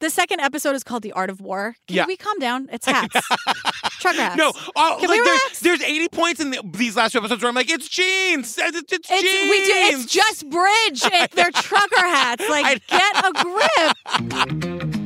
The second episode is called The Art of War. Can Yeah. we calm down? It's hats. Truck hats. No, all, Can like we there's, relax? there's 80 points in the, these last two episodes where I'm like, it's jeans. It's, it's It's, jeans. we do, it's just bridge. It, they're trucker hats. Like, get a grip.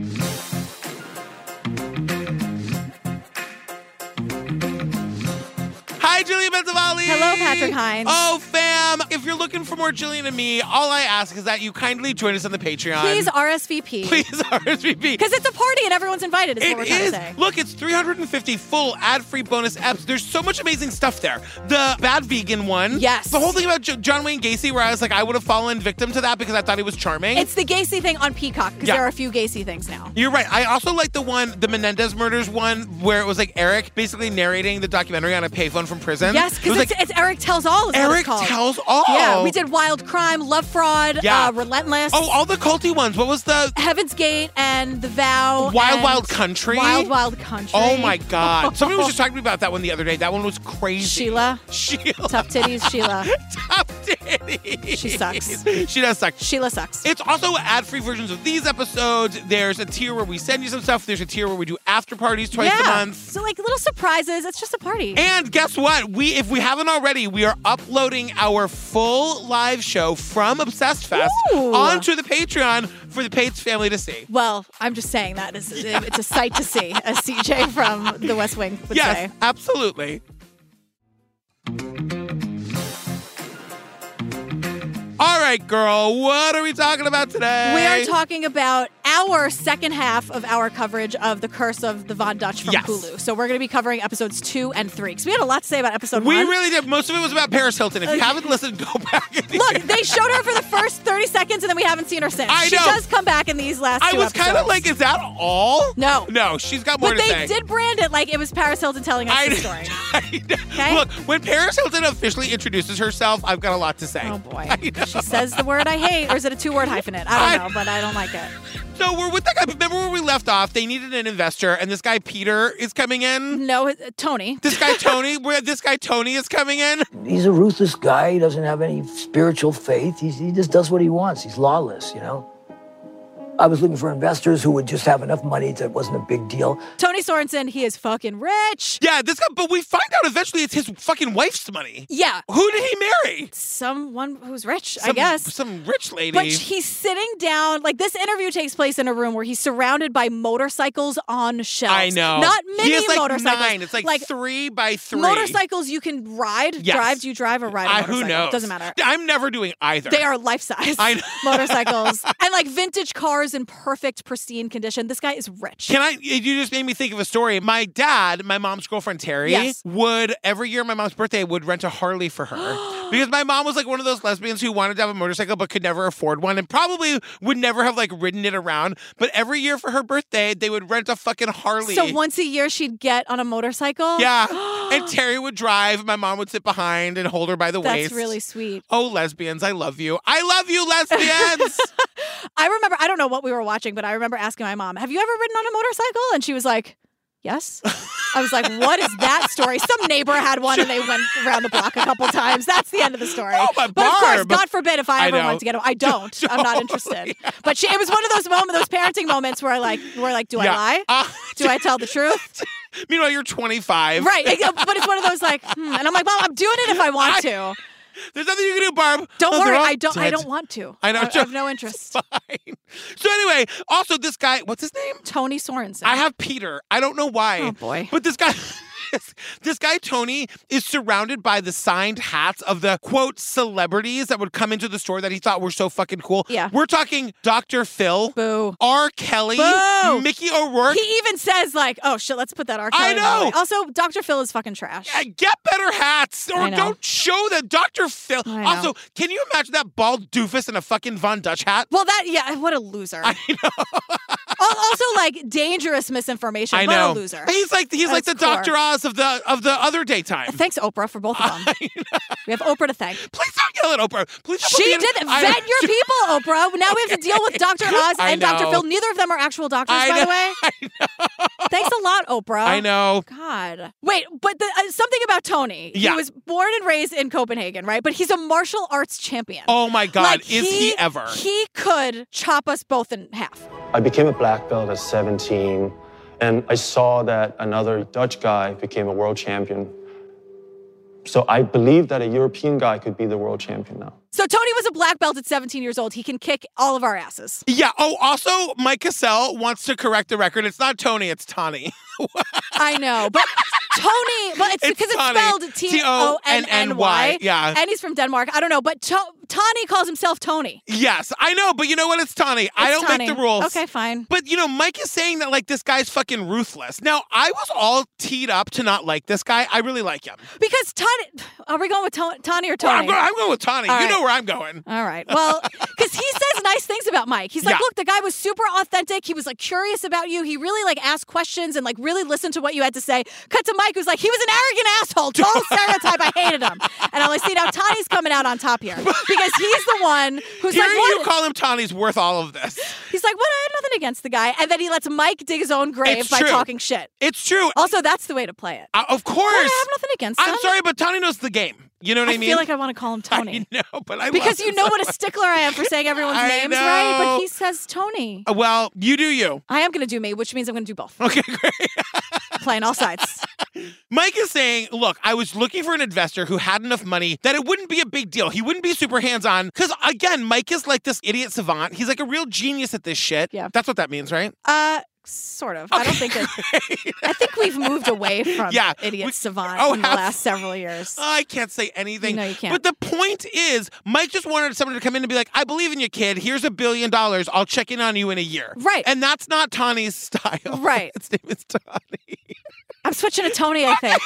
Hi, Julia Benzavalli. Hello, Patrick Hines. Oh, fam. If you're looking for more Jillian and me, all I ask is that you kindly join us on the Patreon. Please RSVP. Please RSVP. Because it's a party and everyone's invited, is what we're It trying to is. say. Look, it's 350 full ad-free bonus apps. There's so much amazing stuff there. The bad vegan one. Yes. The whole thing about Jo- John Wayne Gacy, where I was like, I would have fallen victim to that because I thought he was charming. It's the Gacy thing on Peacock because Yeah. there are a few Gacy things now. You're right. I also like the one, the Menendez murders one, where it was like Eric basically narrating the documentary on a payphone from prison. Yes, It because was it's, like it's Eric Tells All. Is what Eric it's called. tells all. Yeah, we did Wild Crime, Love Fraud, Yeah. uh, Relentless. Oh, all the culty ones. What was the Heaven's Gate and The Vow. Wild and Wild Country? Wild Wild Country. Oh my God! Somebody was just talking to me about that one the other day. That one was crazy. Sheila. Sheila. Tough titties, Sheila. Top titties. She sucks. She does suck. Sheila sucks. It's also ad-free versions of these episodes. There's a tier where we send you some stuff. There's a tier where we do after parties twice yeah. a month. So like little surprises. It's just a party. And guess what? We, if we haven't already, we are uploading our full live show from Obsessed Fest Ooh. onto the Patreon for the Pates family to see. well, I'm just saying that is it's a sight to see, as CJ from The West Wing would yes, say. absolutely. All right, girl, what are we talking about today? We are talking about our second half of our coverage of The Curse of the Von Dutch from Yes. Hulu. So we're going to be covering episodes two and three because we had a lot to say about episode We one. really did. Most of it was about Paris Hilton. If you haven't listened, go back. And Look, they showed her for the first 30 seconds and then we haven't seen her since. I she know. does come back in these last I two was kind of episodes. like, is that all? No. no, she's got more But to they say. did brand it like it was Paris Hilton telling us I- the story. I know. Okay? Look, when Paris Hilton officially introduces herself, I've got a lot to say. Oh boy. I know. She says the word I hate, or is it a two word hyphenate? I I- don't know, but I don't like it. So we're with that guy. Remember where we left off? They needed an investor, and this guy Peter is coming in. No, uh, Tony. This guy Tony, where this guy Tony is coming in. he's a ruthless guy. He doesn't have any spiritual faith. He's, he just does what he wants. He's lawless, you know. I was looking for investors who would just have enough money that it wasn't a big deal. Tony Sorensen, he is fucking rich. Yeah, this guy. But we find out eventually it's his fucking wife's money. Yeah. Who did he marry? Someone who's rich, I Some- guess. some rich lady. But he's sitting down. Like this interview takes place in a room where he's surrounded by motorcycles on shelves. I know. Not mini he is like motorcycles. Nine. It's like, three by three. motorcycles you can ride. Yes. Drive? Do you drive or ride? A I, motorcycle? who knows? Doesn't matter. I'm never doing either. They are life size I know. motorcycles and like vintage cars in perfect, pristine condition. This guy is rich. Can I? You just made me think of a story. My dad, my mom's girlfriend Terry, Yes. would every year on my mom's birthday would rent a Harley for her because my mom was like one of those lesbians who wanted to have a motorcycle but could never afford one and probably would never have like ridden it around. But every year for her birthday, they would rent a fucking Harley. So once a year, she'd get on a motorcycle. yeah, and Terry would drive. My mom would sit behind and hold her by the That's waist. really sweet. Oh, lesbians, I love you. I love you, lesbians. I remember, I don't know what we were watching, but I remember asking my mom, Have you ever ridden on a motorcycle? And she was like, Yes. I was like, What is that story? Some neighbor had one and they went around the block a couple times. That's the end of the story. Oh, my but of course, Barb. God forbid if I, I ever know. wanted to get one. I don't. I'm not interested. But she, it was one of those moments, those parenting moments where like, we're like, Do Yeah. I lie? Uh, Do I tell the truth? meanwhile, you're 25. right. But it's one of those like, hmm. and I'm like, Mom, I'm doing it if I want to. There's nothing you can do, Barb. Don't Oh, they're worry, all I don't. I dead. don't want to. I know. I have no interest. fine. So anyway, also this guy, what's his name? Tony Sorensen. I have Peter. I don't know why. Oh, boy. But this guy this guy Tony is surrounded by the signed hats of the quote celebrities that would come into the store that he thought were so fucking cool. Yeah. We're talking Dr. Phil, Boo. R. Kelly, Boo. Mickey O'Rourke. He even says like, "Oh shit, let's put that R. Kelly I in the know. way." Also, Dr. Phil is fucking trash. Yeah, Uh, Get better hats or I know. don't show that Dr. Phil. I know. Also, can you imagine that bald doofus in a fucking Von Dutch hat? well, that yeah, what a loser. I know. also, like dangerous misinformation. I what a know. loser. He's like he's At like the its core. Dr. Oz of the of the other daytime. Thanks, Oprah, for both of them. We have Oprah to thank. Please don't yell at Oprah. Please. Don't She put me in- did it. I- vet your people, Oprah. Now we have to deal with Dr. Oz I and Dr. know. Phil. Neither of them are actual doctors, I by the know. way. Thanks a lot, Oprah. I know. God. Wait, but the, uh, something about Tony. Yeah. He was born and raised in Copenhagen, right? But he's a martial arts champion. Oh my God, Like, is he, ever? He could chop us both in half. I became a black belt at 17, and I saw that another Dutch guy became a world champion. So I believe that a European guy could be the world champion now. So Tony was a black belt at 17 years old. He can kick all of our asses. Yeah. Oh, also, Mike Cassell wants to correct the record. It's not Tony, it's Tony. I know, but Tony, but it's It's because it's, Tony. spelled T O N N Y. T-O-N-N-Y, yeah. and he's from Denmark. I don't know, but to- Tony calls himself Tony. yes, I know, but you know what? It's Tony. I It's don't Tony. make the rules. Okay, fine. But you know, Mike is saying that like this guy's fucking ruthless. Now, I was all teed up to not like this guy. I really like him. Because Tony, are we going with Ton- Tony or Well, I'm, Tony? go- I'm going with Tony. All you right. know where I'm going. All right. Well, because he says nice things about Mike. He's like, Yeah. look, the guy was super authentic. He was like curious about you. He really like asked questions and like really listened to what you had to say. Cut to Mike, who's like, he was an arrogant asshole. Total stereotype. I hated him. And I'm like, see, now Tony's coming out on top here because he's the one who's Hearing like, you what? call him Tony's worth all of this. he's like, what? I had nothing against the guy. And then he lets Mike dig his own grave It's by true. talking shit. It's true. Also, that's the way to play it. Uh, of But I course. have nothing against him. I'm sorry, but Tony knows the game. You know what I, I mean? feel like I want to call him I Tony. know, but I Because love you him know so what a stickler I am for saying everyone's I names, right? But know. he says Tony. much. Well, you do you. I am going to do me, which means I'm going to do both. Okay, great. Playing all sides. Mike is saying, look, I was looking for an investor who had enough money that it wouldn't be a big deal. He wouldn't be super hands on. Because again, Mike is like this idiot savant. He's like a real genius at this shit. Yeah. That's what that means, right? Uh, sort of. I don't think that. I think we've moved away from Yeah, idiot we- savant oh, Uh, in the have- last several years. I can't say anything. No, you can't. But the point is, Mike just wanted someone to come in and be like, I believe in you, kid. Here's a billion dollars. I'll check in on you in a year. Right. And that's not Tawny's style. Right. His name is Tawny. I'm switching to Tony, I think.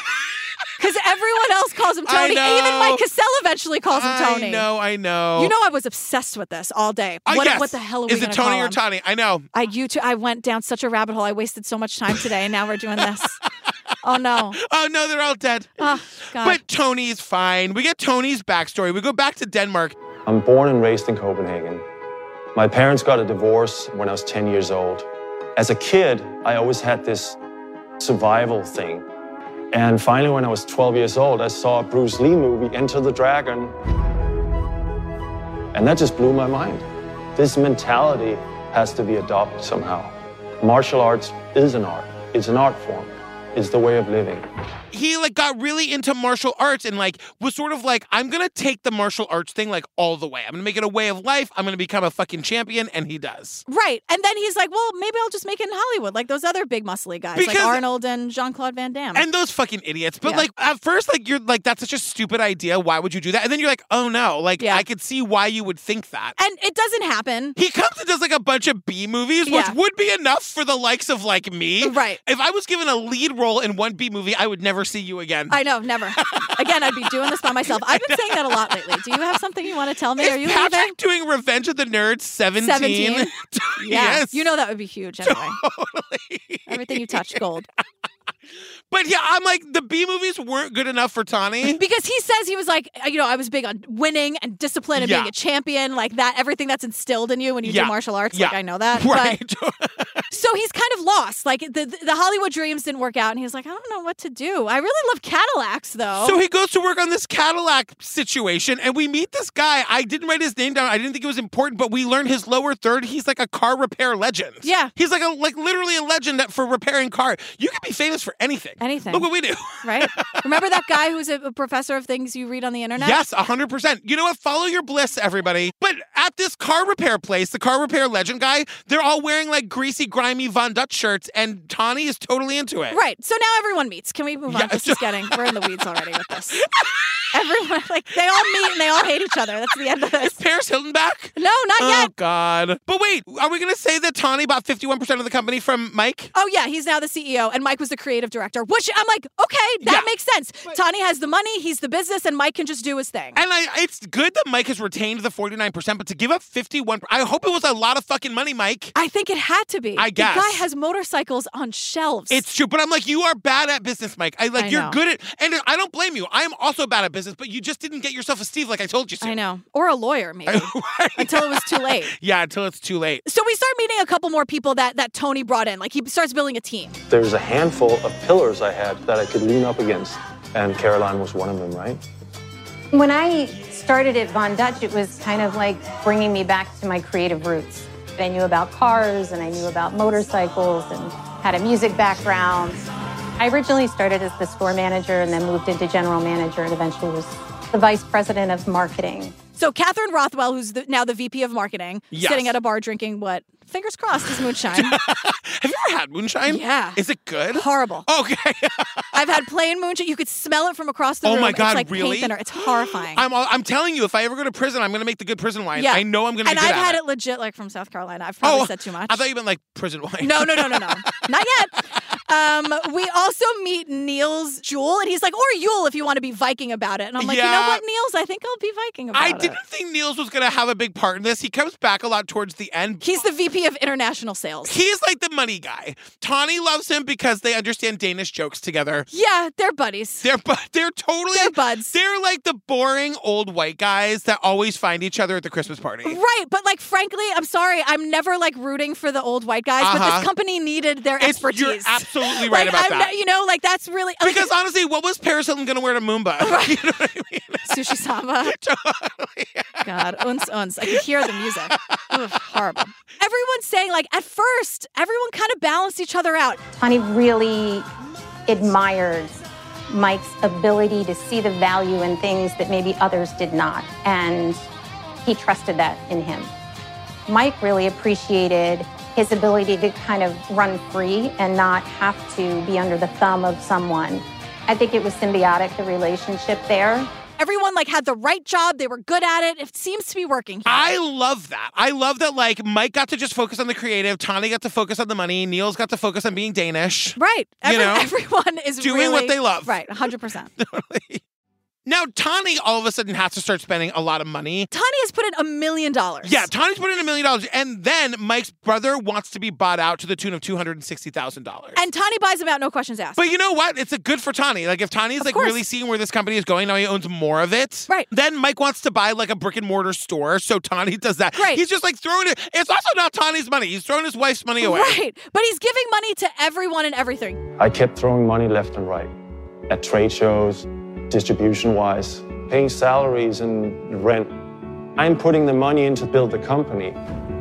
Because everyone else calls him I Tony. Even Mike know. Cassell eventually calls him Tony. I know, I know. You know, I was obsessed with this all day. Uh, What, yes. what the hell are we Is it gonna Tony call or him? Tawny? I know. I you two, I went down such a rabbit hole. I wasted so much time today, and now we're doing this. oh no! Oh, no, they're all dead. Oh god! But Tony's fine. We get Tony's backstory. We go back to Denmark. I'm born and raised in Copenhagen. My parents got a divorce when I was 10 years old. As a kid, I always had this survival thing. And finally, when I was 12 years old, I saw a Bruce Lee movie, Enter the Dragon. And that just blew my mind. This mentality has to be adopted somehow. Martial arts is an art, it's an art form, it's the way of living. He like got really into martial arts and like was sort of like, I'm gonna take the martial arts thing like all the way. I'm gonna make it a way of life. I'm gonna become a fucking champion, and he does. Right. And then he's like, well, maybe I'll just make it in Hollywood, like those other big muscly guys, like Because- Arnold and Jean Claude Van Damme. And those fucking idiots. But Yeah. like at first, like you're like, that's such a stupid idea. Why would you do that? And then you're like, oh no, like Yeah. I could see why you would think that. and it doesn't happen. He comes and does like a bunch of B movies, which Yeah. would be enough for the likes of like me. Right. If I was given a lead role in one B movie, I would never see you again. I know, never. Again, I'd be doing this by myself. I've been saying that a lot lately. Do you have something you want to tell me? Is Are you Patrick leaving? doing Revenge of the Nerds 17? 17? yes. Yeah. You know that would be huge anyway. Everything you touch gold. But yeah, I'm like, the B movies weren't good enough for Tawny. Because he says he was like, uh, you know, I was big on winning and discipline and Yeah. being a champion, like that, everything that's instilled in you when you Yeah. do martial arts. Like, Yeah. I know that. But Right. So he's kind of lost. Like the, the the Hollywood dreams didn't work out, and he's like, I don't know what to do. I really love Cadillacs, though. so he goes to work on this Cadillac situation, and we meet this guy. I didn't write his name down. I didn't think it was important, but we learn his lower third. He's like a car repair legend. Yeah. He's like a like literally a legend for repairing car. You can be famous for anything. Anything. Look what we do. right? Remember that guy who's a, a professor of things you read on the internet? Yes, 100%. You know what? Follow your bliss, everybody. But at this car repair place, the car repair legend guy, they're all wearing like greasy, grimy Von Dutch shirts, and Tawny is totally into it. Right. So now everyone meets. Can we move on? Yeah, This so- is getting we're in the weeds already with this. Everyone like they all meet and they all hate each other. That's the end of this. Paris Hilton back? No, not Oh, yet. God. But wait, are we going to say that Tawny bought 51% of the company from Mike? Oh yeah, he's now the CEO, and Mike was the creative director. Which I'm like, okay, that Yeah. makes sense. Tani has the money, he's the business, and Mike can just do his thing. And I, it's good that Mike has retained the 49%, but to give up 51 I hope it was a lot of fucking money, Mike. I think it had to be. I guess. the guy has motorcycles on shelves. It's true, but I'm like, you are bad at business, Mike. I like I you're know. good at, and I don't blame you. I am also bad at business, but you just didn't get yourself a Steve like I told you to. I know. Or a lawyer, maybe. Until it was too late. Yeah, until it's too late. So we start meeting a couple more people that, that Tony brought in. Like he starts building a team. There's a handful of pillars I had that I could lean up against, and Caroline was one of them, right? When I started at Von Dutch, it was kind of like bringing me back to my creative roots. I knew about cars and I knew about motorcycles and had a music background. I originally started as the store manager and then moved into general manager and eventually was the vice president of marketing. So Catherine Rothwell, who's the, now the VP of marketing, Yes. sitting at a bar drinking what? Fingers crossed is moonshine. Have you ever had moonshine? Yeah. Is it good? Horrible. Okay. I've had plain moonshine. You could smell it from across the Oh room. my God, It's like paint really? thinner. It's horrifying. I'm all, I'm telling you, if I ever go to prison, I'm gonna make the good prison wine. I know I'm gonna. And be good I've at had it. it Oh, legit, like from South Carolina. I've probably said too much. I thought you meant like prison wine. No, no, no, no, no. Not yet. Um, we also meet Niels Jewel, and he's like, or Yule if you want to be Viking about it. And I'm like, you know Yeah. what, Niels? I think I'll be Viking about I it. didn't think Niels was gonna have a big part in this. He comes back a lot towards the end. He's the VP of international sales. He's like the money guy. Tawny loves him because they understand Danish jokes together. Yeah, they're buddies. They're bu- they're totally They're buds. They're like the boring old white guys that always find each other at the Christmas party. Right, but like, frankly, I'm sorry. I'm never like rooting for the old white guys, but Uh-huh. this company needed their It's- expertise. you're absolutely right Like, about I'm that. not- you know, like that's really like, Because honestly, what was Paris Hilton gonna wear to Moomba? You know what I mean? sushi samba. God, uns uns. I could hear the music. Oof, horrible. Everyone's saying like at first, everyone kind of balanced each other out. Tani really admired Mike's ability to see the value in things that maybe others did not, and he trusted that in him. Mike really appreciated his ability to kind of run free and not have to be under the thumb of someone. I think it was symbiotic, the relationship there. Everyone like had the right job. They were good at it. It seems to be working. Here. I love that. I love that like Mike got to just focus on the creative, Tawny got to focus on the money, Niels got to focus on being Danish. Right. You Every- know, everyone is doing what really- they love. Right. 100%. Now Tawny all of a sudden has to start spending a lot of money. Tani has put in a million dollars. Yeah, Tawny's put in a million dollars, and then Mike's brother wants to be bought out to the tune of two hundred and sixty thousand dollars. And Tani buys him out, no questions asked. But you know what? It's a good for Tawny. Like if Tawny's like course. really seeing where this company is going, now he owns more of it. Right. Then Mike wants to buy like a brick and mortar store, so Tawny does that. Great. He's just like throwing it. It's also not Tawny's money. He's throwing his wife's money away. right. But he's giving money to everyone and everything. I kept throwing money left and right at trade shows, distribution wise, paying salaries and rent. I'm putting the money in to build the company,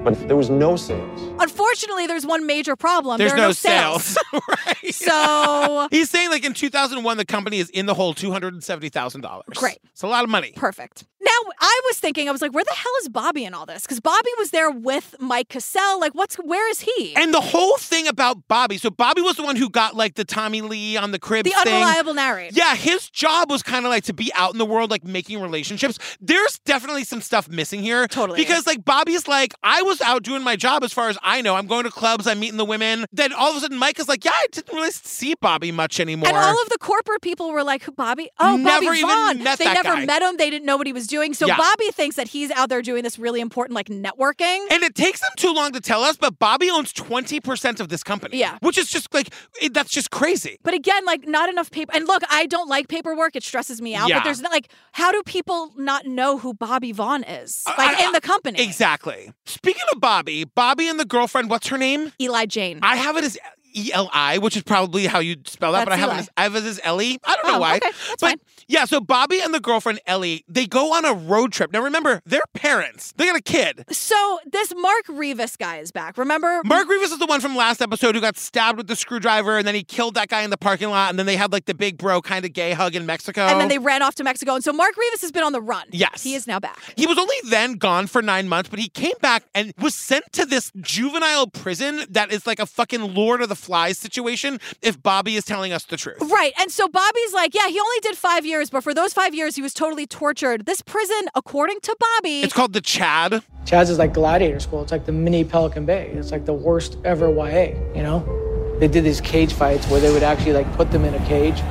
but there was no sales. Unfortunately, there's one major problem. There's there are no, no sales. right. So He's saying like in 2001 the company is in the hole $270,000. Great. It's a lot of money. Perfect. Now I was thinking, I was like, where the hell is Bobby in all this? Because Bobby was there with Mike Cassell. Like, what's where is he? And the whole thing about Bobby, so Bobby was the one who got like the Tommy Lee on the crib the thing. unreliable narrator. Yeah, his job was kind of like to be out in the world, like making relationships. There's definitely some stuff missing here. Totally. Because like Bobby's like, I was out doing my job as far as I know. I'm going to clubs, I'm meeting the women. Then all of a sudden Mike is like, Yeah, I didn't really see Bobby much anymore. And all of the corporate people were like, who- Bobby? Oh, Bobby Never even Vaughn. met they that never guy. met him. They didn't know what he was doing. So Yeah. Bobby thinks that he's out there doing this really important, like networking. And it takes them too long to tell us, but Bobby owns 20% of this company. Yeah. Which is just like, it, that's just crazy. but again, like not enough paper. And look, I don't like paperwork; it stresses me out. Yeah. But there's not, like, how do people not know who Bobby Vaughn is, like I- in the company? Exactly. Speaking of Bobby, Bobby and the girlfriend, what's her name? Eli Jane. I have it as E L I, which is probably how you spell that, but I That's have it Eli. as I have it as Ellie. I don't know Oh, why. okay. That's but fine. yeah, so Bobby and the girlfriend Ellie, they go on a road trip. Now remember, they're parents. They got a kid. so this Mark Revis guy is back. Remember? Mark Reeves is the one from last episode who got stabbed with the screwdriver, and then he killed that guy in the parking lot, and then they had like the big bro kind of gay hug in Mexico. and then they ran off to Mexico. And so Mark Revis has been on the run. Oh. Yes. He is now back. He was only then gone for nine months, but he came back and was sent to this juvenile prison that is like a fucking Lord of the Flies situation if Bobby is telling us the truth. Right. And so Bobby's like, yeah, he only did five years, but for those five years, he was totally tortured. This prison, according to Bobby, It's called the Chad. Chad's is like gladiator school. It's like the mini Pelican Bay. It's like the worst ever YA, you know? They did these cage fights where they would actually like put them in a cage.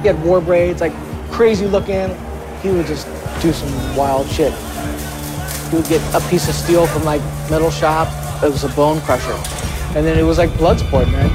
He had war braids, like crazy looking. He would just do some wild shit. He would get a piece of steel from like metal shop. It was a bone crusher. And then it was like blood sport, man.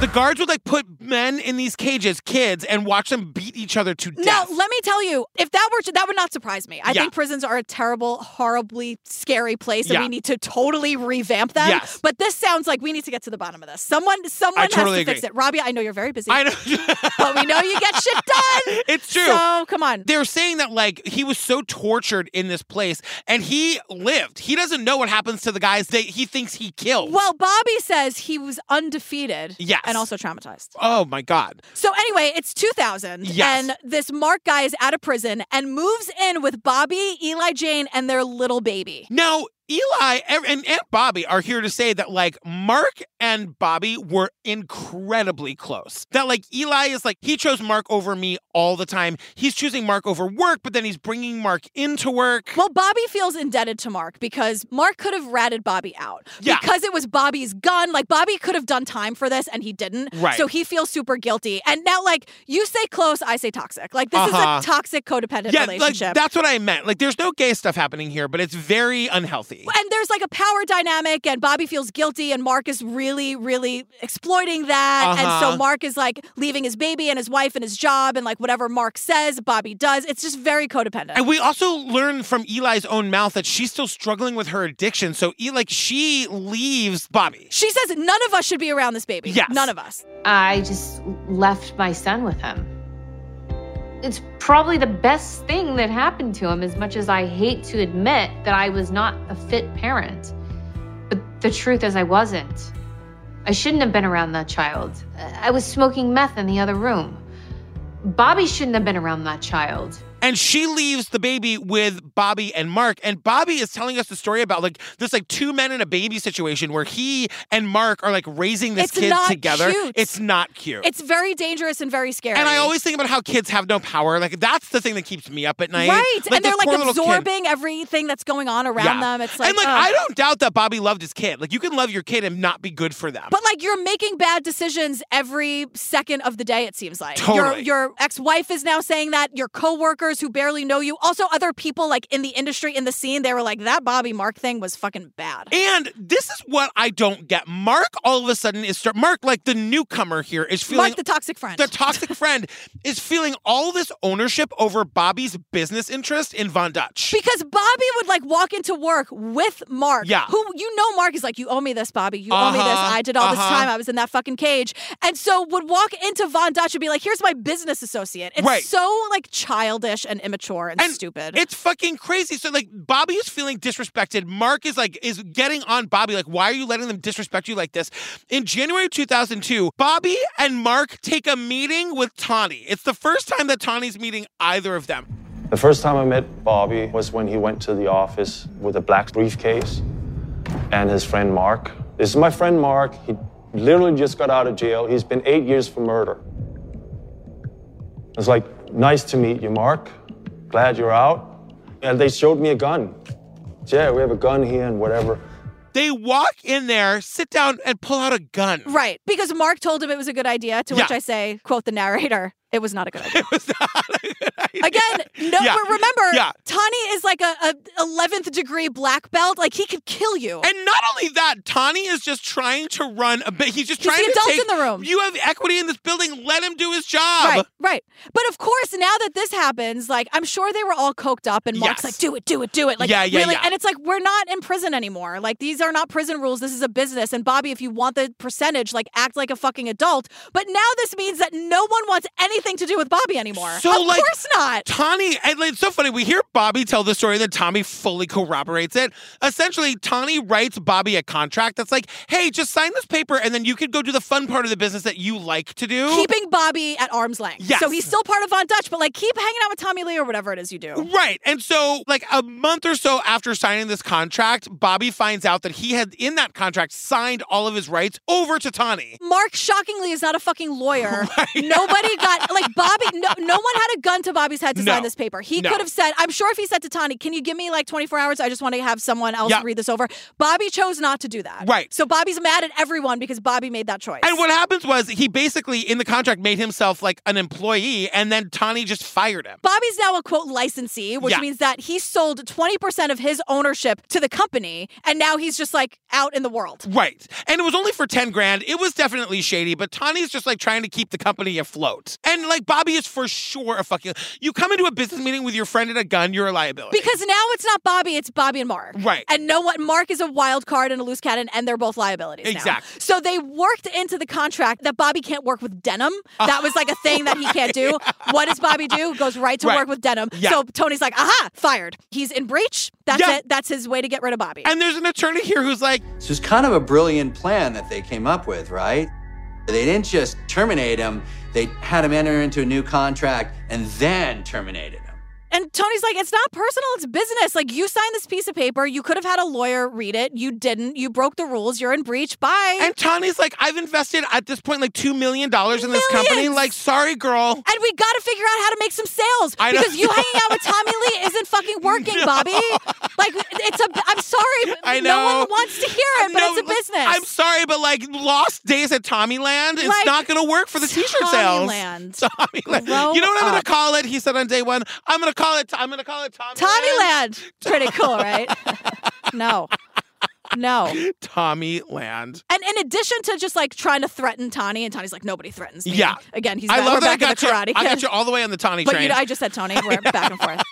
The guards would like put men in these cages, kids, and watch them beat hate each other to No, death. let me tell you, if that were that would not surprise me. I Yeah. think prisons are a terrible, horribly scary place, and Yeah. we need to totally revamp them. Yes. But this sounds like we need to get to the bottom of this. Someone, someone has totally to fix agree. it. Robbie, I know you're very busy, I know. but we know you get shit done. It's true. So come on. they're saying that like he was so tortured in this place and he lived. He doesn't know what happens to the guys that he thinks he killed. Well, Bobby says he was undefeated. Yes. And also traumatized. oh my god. So anyway, it's 2000, Yes. and this Mark guy is out of prison and moves in with Bobby, Eli Jane, and their little baby. Now, Eli ev- and Aunt Bobby are here to say that like Mark and Bobby were incredibly close. That like Eli is like he chose Mark over me all the time. He's choosing Mark over work, but then he's bringing Mark into work. Well, Bobby feels indebted to Mark because Mark could have ratted Bobby out. Yeah. Because it was Bobby's gun. Like, Bobby could have done time for this and he didn't. Right. So he feels super guilty. And now, like, you say close, I say toxic. Like, this Uh-huh. is a toxic codependent yeah, like relationship. that's what I meant. Like there's no gay stuff happening here, but it's very unhealthy. and there's like a power dynamic and Bobby feels guilty and Mark is really really exploiting that and Uh-huh. so Mark is like leaving his baby and his wife and his job and like whatever Mark says Bobby does it's just very codependent. And we also learn from Eli's own mouth that she's still struggling with her addiction. So, E- like, she leaves Bobby. she says none of us should be around this baby. Yes. None of us. I just left my son with him. It's probably the best thing that happened to him, as much as I hate to admit that I was not a fit parent. But the truth is, I wasn't. I shouldn't have been around that child. I was smoking meth in the other room. Bobby shouldn't have been around that child. And she leaves the baby with Bobby and Mark. And Bobby is telling us the story about like this, like two men and a baby situation where he and Mark are like raising this It's kid not together. cute. It's not cute. It's very dangerous and very scary. and I always think about how kids have no power. Like that's the thing that keeps me up at night. Right, and this they're poor like little kid. absorbing everything that's going on around Yeah. them. It's like, and like ugh. I don't doubt that Bobby loved his kid. Like you can love your kid and not be good for them. But like you're making bad decisions every second of the day, it seems like. Totally. Your your ex-wife is now saying that, your coworkers who barely know you, also other people like in the industry, in the scene, they were like, that Bobby Mark thing was fucking bad. And this is what I don't get. Mark all of a sudden is start Mark, like the newcomer here, is feeling Mark the toxic friend. the toxic friend is feeling all this ownership over Bobby's business interest in Von Dutch. because Bobby would like walk into work with Mark. Yeah. Who you know Mark is like, you owe me this, Bobby. You owe me this. Uh-huh, I did all this uh-huh. time. I was in that fucking cage. And so would walk into Von Dutch and be like, here's my business associate. It's Right. so like childish and immature and, And stupid. It's fucking crazy. So like Bobby is feeling disrespected. Mark is like is getting on Bobby like why are you letting them disrespect you like this? In January 2002, Bobby and Mark take a meeting with Tawny. It's the first time that Tawny's meeting either of them. The first time I met Bobby was when he went to the office with a black briefcase and his friend Mark. This is my friend Mark. He literally just got out of jail. He's been eight years for murder. I was like, nice to meet you, Mark. Glad you're out. And they showed me a gun. Yeah, we have a gun here and whatever. They walk in there, sit down and pull out a gun. Right. Because Mark told him it was a good idea, to which Yeah. I say, quote the narrator, it was not a good idea. Again, no, Yeah. but remember, Yeah. Tani is like a, a 11th degree black belt. Like, he could kill you. And not only that, Tani is just trying to run a bit. He's just He's the trying to adult take, in the room. You have equity in this building. Let him do his job. Right, right. But of course, now that this happens, like I'm sure they were all coked up, and Mark's Yes. like, "Do it, do it, do it!" Like, Yeah, yeah, really. yeah. And it's like we're not in prison anymore. Like these are not prison rules. This is a business. And Bobby, if you want the percentage, like act like a fucking adult. But now this means that no one wants anything to do with Bobby anymore. So, of like, course not. Tani, and like, it's so funny. We hear Bobby tell the story, and then Tommy fully corroborates it. Essentially, Tani writes Bobby a contract that's like, hey, just sign this paper, and then you can go do the fun part of the business that you like to do. Keeping Bobby at arm's length. Yes. So he's still part of Von Dutch, but like keep hanging out with Tommy Lee or whatever it is you do. Right. And so, like a month or so after signing this contract, Bobby finds out that he had, in that contract, signed all of his rights over to Tani. Mark shockingly is not a fucking lawyer. Nobody got like Bobby. No, no one had a gun to Bobby's head to No. sign this paper. He No. could have said, "I'm sure if he said to Tani, can you give me like 24 hours? I just want to have someone else Yeah. read this over." Bobby chose not to do that. Right. So Bobby's mad at everyone because Bobby made that choice. And what happens was he basically, in the contract, made himself like an employee, and then Tani just fired him. Bobby's now a quote licensee, which Yeah. means that he sold 20% of his ownership to the company, and now he's just like out in the world. Right. And it was only for 10 grand. It was definitely shady, but Tani's just like trying to keep the company afloat. And And like Bobby is for sure a fucking. You come into a business meeting with your friend and a gun, you're a liability. Because now it's not Bobby, it's Bobby and Mark. Right. And no what Mark is a wild card and a loose cannon, and they're both liabilities. now. Exactly. So they worked into the contract that Bobby can't work with denim. That was like a thing that he can't do. What does Bobby do? Goes right to Right. work with denim. Yeah. So Tony's like, aha, fired. He's in breach. That's Yeah. it. That's his way to get rid of Bobby. and there's an attorney here who's like, So it's kind of a brilliant plan that they came up with, right? They didn't just terminate him, they had him enter into a new contract and then terminated him. And Tony's like, it's not personal, it's business. Like, you signed this piece of paper. You could have had a lawyer read it. You didn't. You broke the rules. You're in breach. Bye. and Tony's like, I've invested at this point like two million dollars in this company. Millions. Like, sorry, girl. And we got to figure out how to make some sales I know. because you hanging out with Tommy Lee isn't fucking working, Bobby. Like it's a. I'm sorry, but I no know. one wants to hear it, but No, it's a like, business. I'm sorry, but like lost days at Tommyland, it's Like, not going to work for the t-shirt sales. Tommyland. Tommyland. Grow You know what I'm going up. to call it? He said on day one, I'm going to call it. I'm going to call it Tommyland, Tommyland. pretty cool, right? no, no. Tommyland. And in addition to just like trying to threaten Tony, and Tony's like nobody threatens me. Yeah. again, he's I back, love we're that I back in got you. the karate. I Kid. got you all the way on the Tawny But you train. know, I just said Tony. We're back and forth.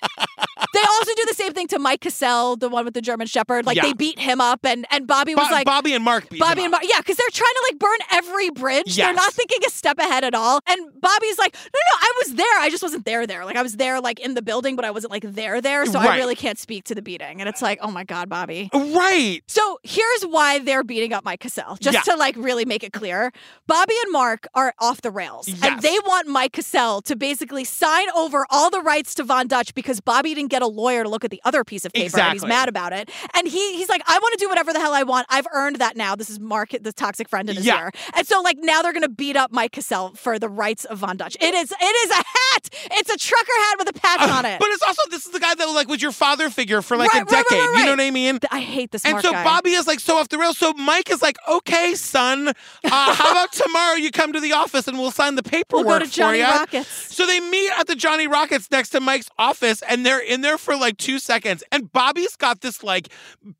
They also do the same thing to Mike Cassell, the one with the German Shepherd. Like Yeah. they beat him up, and and Bobby was Bo- like, Bobby and Mark. beat Bobby him and up. Mark, yeah, because they're trying to like burn every bridge. They're Yes. not thinking a step ahead at all. And Bobby's like, no, no, I was there. I just wasn't there there. Like I was there like in the building, but I wasn't like there there. So I Right. really can't speak to the beating. And it's like, oh my god, Bobby. Right. So here's why they're beating up Mike Cassell, just Yeah. to like really make it clear. Bobby and Mark are off the rails, and Yes. they want Mike Cassell to basically sign over all the rights to Von Dutch because Bobby didn't get a lawyer to look at the other piece of paper, and he's Exactly. mad about it. And he he's like, I want to do whatever the hell I want. I've earned that now. This is Mark, the toxic friend in his Yeah. ear, and so like now they're gonna beat up Mike Cassell for the rights of Von Dutch. It is it is a hat. It's a trucker hat with a patch on it. Uh, But it's also this is the guy that like was your father figure for like Right, a right, right, decade. right, You know right. what I mean? I hate this. And Mark so guy. Bobby is like so off the rails. So Mike is like, "Okay, son, uh, how about tomorrow you come to the office and we'll sign the paperwork We'll go to Johnny for you?" Rockets. So they meet at the Johnny Rockets next to Mike's office, and they're in there for like two seconds. And Bobby's got this like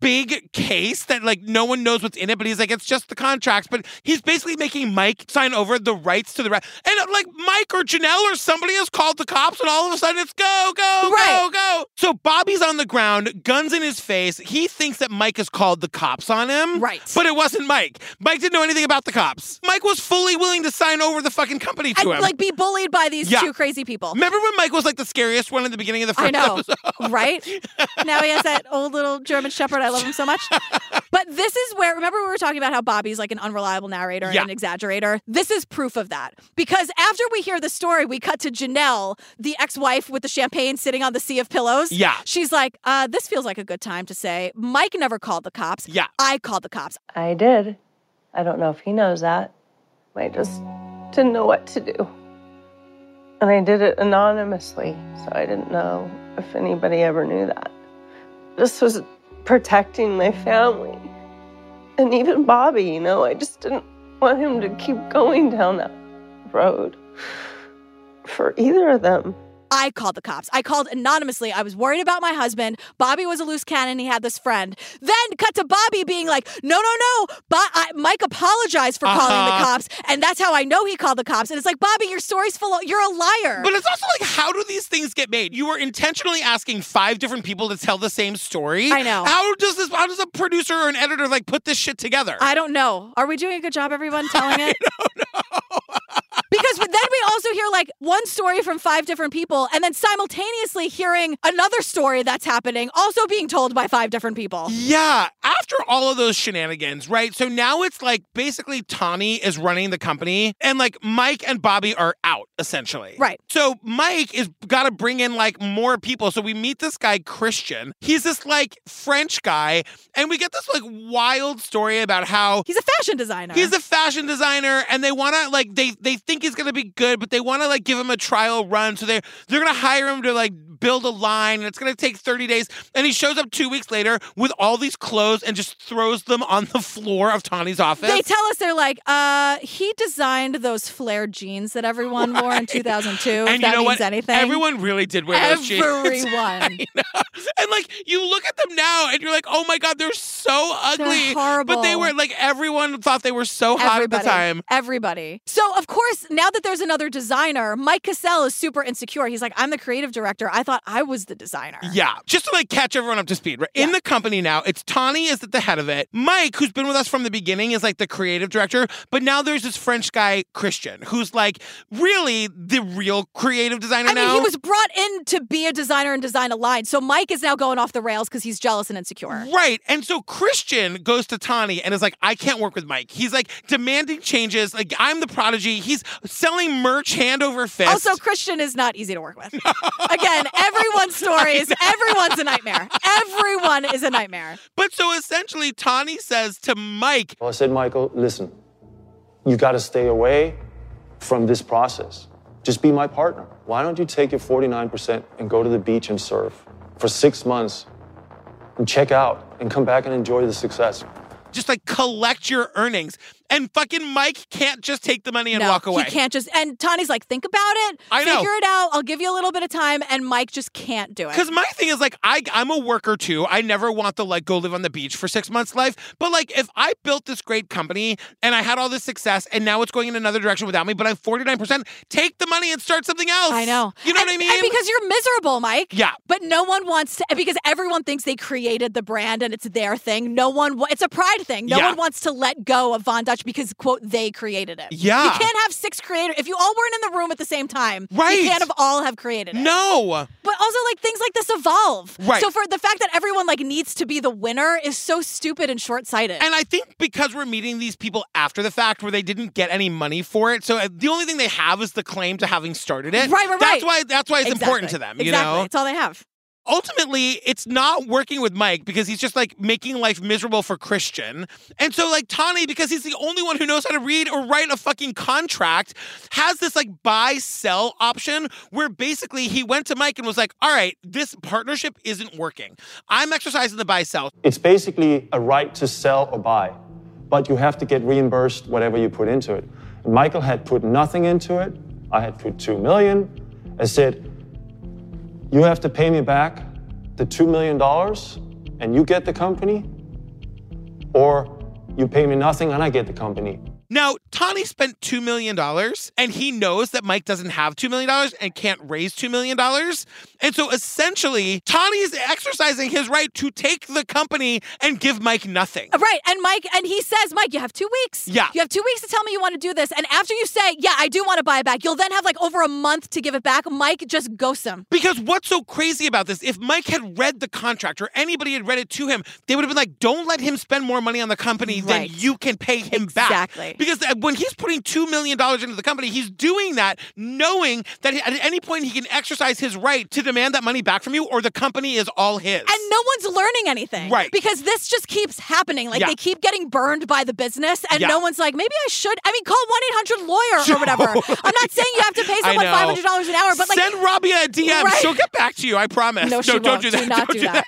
big case that like no one knows what's in it, but he's like, "It's just the contracts." But he's basically making Mike sign over the rights to the right. And uh, like Mike or Janelle or somebody has called the cops, and all of a sudden it's go, go, Right. go, go. So Bobby's on the ground, guns in his face. He thinks that Mike has called the cops on him. Right. But it wasn't Mike. Mike didn't know anything about the cops. Mike was fully willing to sign over the fucking company to and him. like be bullied by these Yeah. two crazy people. Remember when Mike was like the scariest one in the beginning of the first I know, episode? right? Now he has that old little German Shepherd. I love him so much. But this is where remember we were talking about how Bobby's like an unreliable narrator Yeah. and an exaggerator. This is proof of that because after we hear the story, we cut to Janelle, the ex-wife with the champagne sitting on the sea of pillows. Yeah. she's like, uh, "This feels like a good time to say Mike never called the cops. Yeah. I called the cops. I did. I don't know if he knows that. I just didn't know what to do. And I did it anonymously, so I didn't know if anybody ever knew that. This was protecting my family. And even Bobby, you know, I just didn't want him to keep going down that road for either of them. I called the cops. I called anonymously. I was worried about my husband. Bobby was a loose cannon. He had this friend. Then cut to Bobby being like, no, no, no. Bo- I- Mike apologized for calling the Uh-huh. cops. And that's how I know he called the cops. And it's like, Bobby, your story's full of, you're a liar. But it's also like, how do these things get made? You were intentionally asking five different people to tell the same story. I know. How does this? How does a producer or an editor like put this shit together? I don't know. Are we doing a good job, everyone, telling it? because then we also hear like one story from five different people and then simultaneously hearing another story that's happening, also being told by five different people. yeah. After all of those shenanigans, right? So now it's like basically Tawny is running the company, and like Mike and Bobby are out essentially. Right. So Mike is got to bring in like more people. So we meet this guy Christian. He's this like French guy, and we get this like wild story about how He's a fashion designer. He's a fashion designer, and they want to like they they think he's gonna be good, but they want to like give him a trial run. So they they're gonna hire him to like build a line, and it's gonna take thirty days. And he shows up two weeks later with all these clothes and just throws them on the floor of Tawny's office. They tell us they're like, uh, he designed those flared jeans that everyone wore in 2002. if and that you know means what? anything. Everyone really did wear those jeans. Everyone. and like you look at them now, and you're like, oh my god, they're so ugly, But they horrible. were like everyone thought they were so hot Everybody. at the time. Everybody. So of course, now that there's another designer. Mike Cassell is super insecure. He's like, I'm the creative director. I thought I was the designer. Yeah. Just to like catch everyone up to speed, right? In the company now, it's Tawny is at the head of it. Mike, who's been with us from the beginning, is like the creative director. But now there's this French guy, Christian, who's like really the real creative designer I mean, now. he was brought in to be a designer and design a line. So Mike is now going off the rails because he's jealous and insecure. Right. And so Christian goes to Tani and is like, I can't work with Mike. He's like demanding changes. Like, I'm the prodigy. He's selling merch hand over fist. Also, Christian is not easy to work with. Again, everyone's stories, everyone's a nightmare. Everyone is a nightmare. but so essentially, Tani says to Mike, Well, I said, Michael, listen, you got to stay away from this process. Just be my partner. Why don't you take your 49% and go to the beach and surf for six months and check out and come back and enjoy the success? just like collect your earnings. And fucking Mike can't just take the money and no, walk away. He can't just. And Tani's like, think about it. I know. Figure it out. I'll give you a little bit of time. And Mike just can't do it. Because my thing is like I I'm a worker too. I never want to like go live on the beach for six months life. But like if I built this great company and I had all this success and now it's going in another direction without me, but I'm 49%, take the money and start something else. I know. You know And- what I mean? And because you're miserable, Mike. Yeah. But no one wants to, because everyone thinks they created the brand and it's their thing. No one, wa- it's a pride thing. No Yeah. one wants to let go of Von Dutch because, quote, they created it. Yeah. You can't have six creators. If you all weren't in the room at the same time, Right. you can't have all have created it. No. But also, like, things like this evolve. Right. So for the fact that everyone, like, needs to be the winner is so stupid and short sighted. And I think because we're meeting these people after the fact where they didn't get any money for it, so uh, the only thing they have is the claim to having started it. Right, right, right. That's why that's why it's important to them, you exactly. know? It's all they have. ultimately it's not working with Mike because he's just like making life miserable for Christian. And so like Tani because he's the only one who knows how to read or write a fucking contract has this like buy sell option where basically he went to Mike and was like, "All right, this partnership isn't working. I'm exercising the buy sell. It's basically a right to sell or buy, but you have to get reimbursed whatever you put into it. And Michael had put nothing into it. I had put two million. I said, you have to pay me back the two million dollars, and you get the company, or you pay me nothing and I get the company. Now, Tani spent $2 million and he knows that Mike doesn't have $2 million and can't raise $2 million. And so essentially, Tani is exercising his right to take the company and give Mike nothing. Right. And Mike, and he says, Mike, you have two weeks. Yeah. You have two weeks to tell me you want to do this. And after you say, yeah, I do want to buy it back, you'll then have like over a month to give it back. Mike just ghosts him. Because what's so crazy about this? If Mike had read the contract or anybody had read it to him, they would have been like, "Don't let him spend more money on the company Right. than you can pay him back." Exactly. Because uh, when he's putting two million dollars into the company, he's doing that knowing that at any point he can exercise his right to demand that money back from you, or the company is all his. And no one's learning anything. Right. Because this just keeps happening. Like Yeah. they keep getting burned by the business, and Yeah. no one's like, maybe I should. I mean, call 1 800 lawyer or whatever. I'm not saying you have to pay I someone know. $500 an hour, but like, send Robbie a DM. Right. She'll get back to you. I promise. no, she don't won't. do that. not don't do that.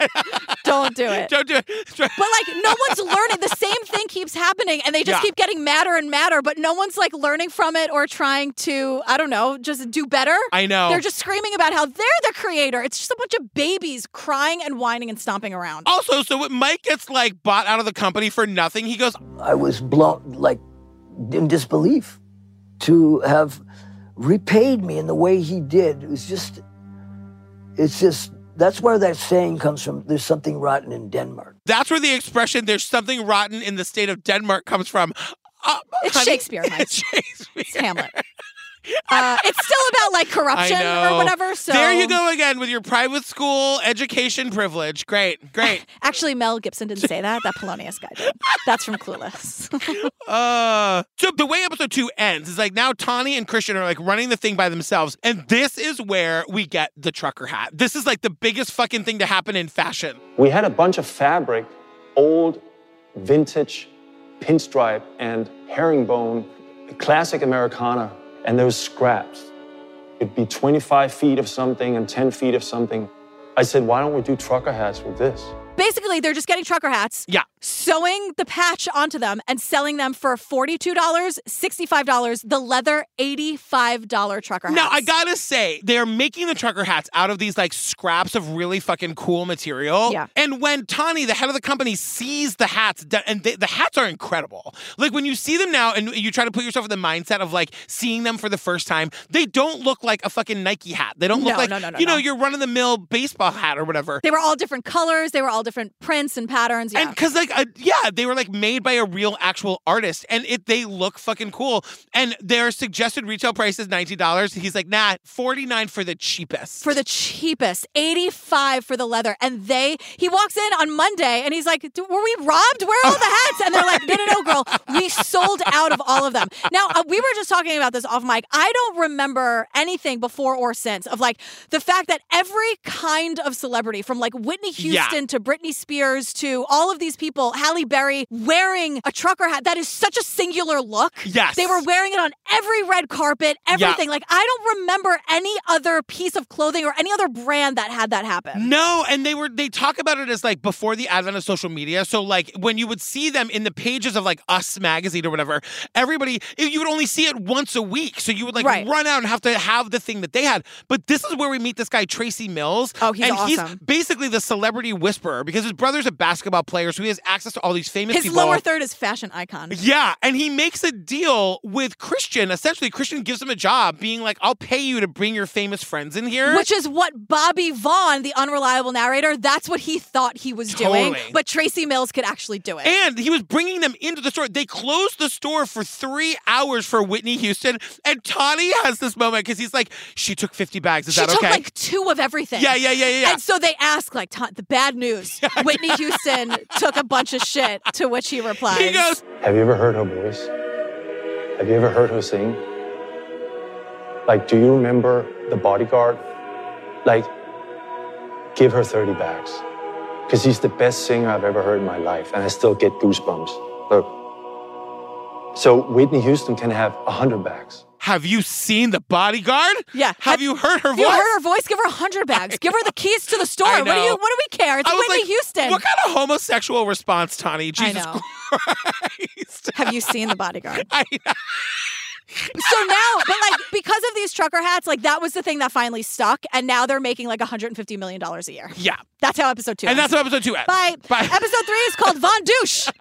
don't do it. Don't do it. But like no one's learning. The same thing keeps happening, and they just Yeah. keep getting madder and madder. But no one's like learning from it or trying to, I don't know, just do better. I know. They're just screaming about how they're the creator. It's just a bunch of babies crying and whining and stomping around. Also, so when Mike gets like bought out of the company for nothing, he goes, I was blown, like, in disbelief to have repaid me in the way he did. It was just, it's just, that's where that saying comes from. There's something rotten in Denmark. That's where the expression "there's something rotten in the state of Denmark" comes from. Uh, It's honey, Shakespeare, Mike. It's Shakespeare. It's Hamlet. Uh, it's still about like corruption I know. or whatever. So There you go again with your private school education privilege. Great, great. Actually, Mel Gibson didn't say that. That Polonius guy did. That's from Clueless. Uh, so the way episode two ends is like now Tawny and Christian are like running the thing by themselves, and this is where we get the trucker hat. This is like the biggest fucking thing to happen in fashion. We had a bunch of fabric, old, vintage, pinstripe, and herringbone, classic Americana, and those scraps. It'd be 25 feet of something and 10 feet of something. I said, why don't we do trucker hats with this? Basically, they're just getting trucker hats. Yeah. Sewing the patch onto them and selling them for $42, $65, the leather $85 trucker hats. Now I gotta say, they are making the trucker hats out of these like scraps of really fucking cool material. Yeah. And when Tani, the head of the company, sees the hats, d- and they, the hats are incredible. Like when you see them now, and you try to put yourself in the mindset of like seeing them for the first time, they don't look like a fucking Nike hat. They don't look No, like no, no, no, you know no. your run of the mill baseball hat or whatever. They were all different colors, they were all different prints and patterns. Yeah. And because like uh, yeah, they were like made by a real actual artist, and it they look fucking cool. And their suggested retail price is ninety dollars. He's like, nah, forty nine for the cheapest. for the cheapest, 85 for the leather. And they, he walks in on Monday and he's like, "D- Were we robbed? Where are all the hats? And they're like, No, no, no, girl. We sold out of all of them. Now, uh, we were just talking about this off mic. I don't remember anything before or since of like the fact that every kind of celebrity from like Whitney Yeah. Houston to Britney Spears to all of these people, Halle Berry wearing a trucker hat, that is such a singular look. Yes. They were wearing it on every red carpet, everything. Like I don't remember any other piece of clothing or any other brand that had that happen. No, and they were they talk about it as like before the advent of social media. So like when you would see them in the pages of like Us magazine or whatever, everybody you would only see it once a week. So you would like Right. run out and have to have the thing that they had. But this is where we meet this guy Tracy Mills. Oh, he's and he's awesome. basically the celebrity whisperer because his brother's a basketball player, so he has access to all these famous His people. lower third is fashion icon. Yeah, and he makes a deal with Christian. Essentially, Christian gives him a job, being like, "I'll pay you to bring your famous friends in here." Which is what Bobby Vaughn, the unreliable narrator, that's what he thought he was doing. Totally. But Tracy Mills could actually do it. And he was bringing them into the store. They closed the store for three hours for Whitney Houston. And Tawny has this moment because he's like, she took 50 bags. Is she that took okay? like two of everything. yeah, yeah, yeah, yeah, yeah. And so they ask, like, "Ta- the bad news. Whitney Houston took a bunch of shit, to which he replies, He goes, Have you ever heard her voice? Have you ever heard her sing? Like, do you remember the bodyguard? Like, give her 30 bags. Because he's the best singer I've ever heard in my life, and I still get goosebumps. Look. So, Whitney Houston can have 100 bags. Have you seen the bodyguard? Yeah. Have you heard her If voice? you heard her voice, give her a hundred bags. Give her the keys to the store. What do know. you? What do we care? It's I was Whitney like, Houston. What kind of homosexual response, Tawny? I Jesus know. Christ. Have you seen the bodyguard? I know. So now, but like because of these trucker hats, like that was the thing that finally stuck, and now they're making like 150 million dollars a year. Yeah. That's how episode two. And ends. that's what episode two ends. Bye. Bye. Episode three is called Von Douche.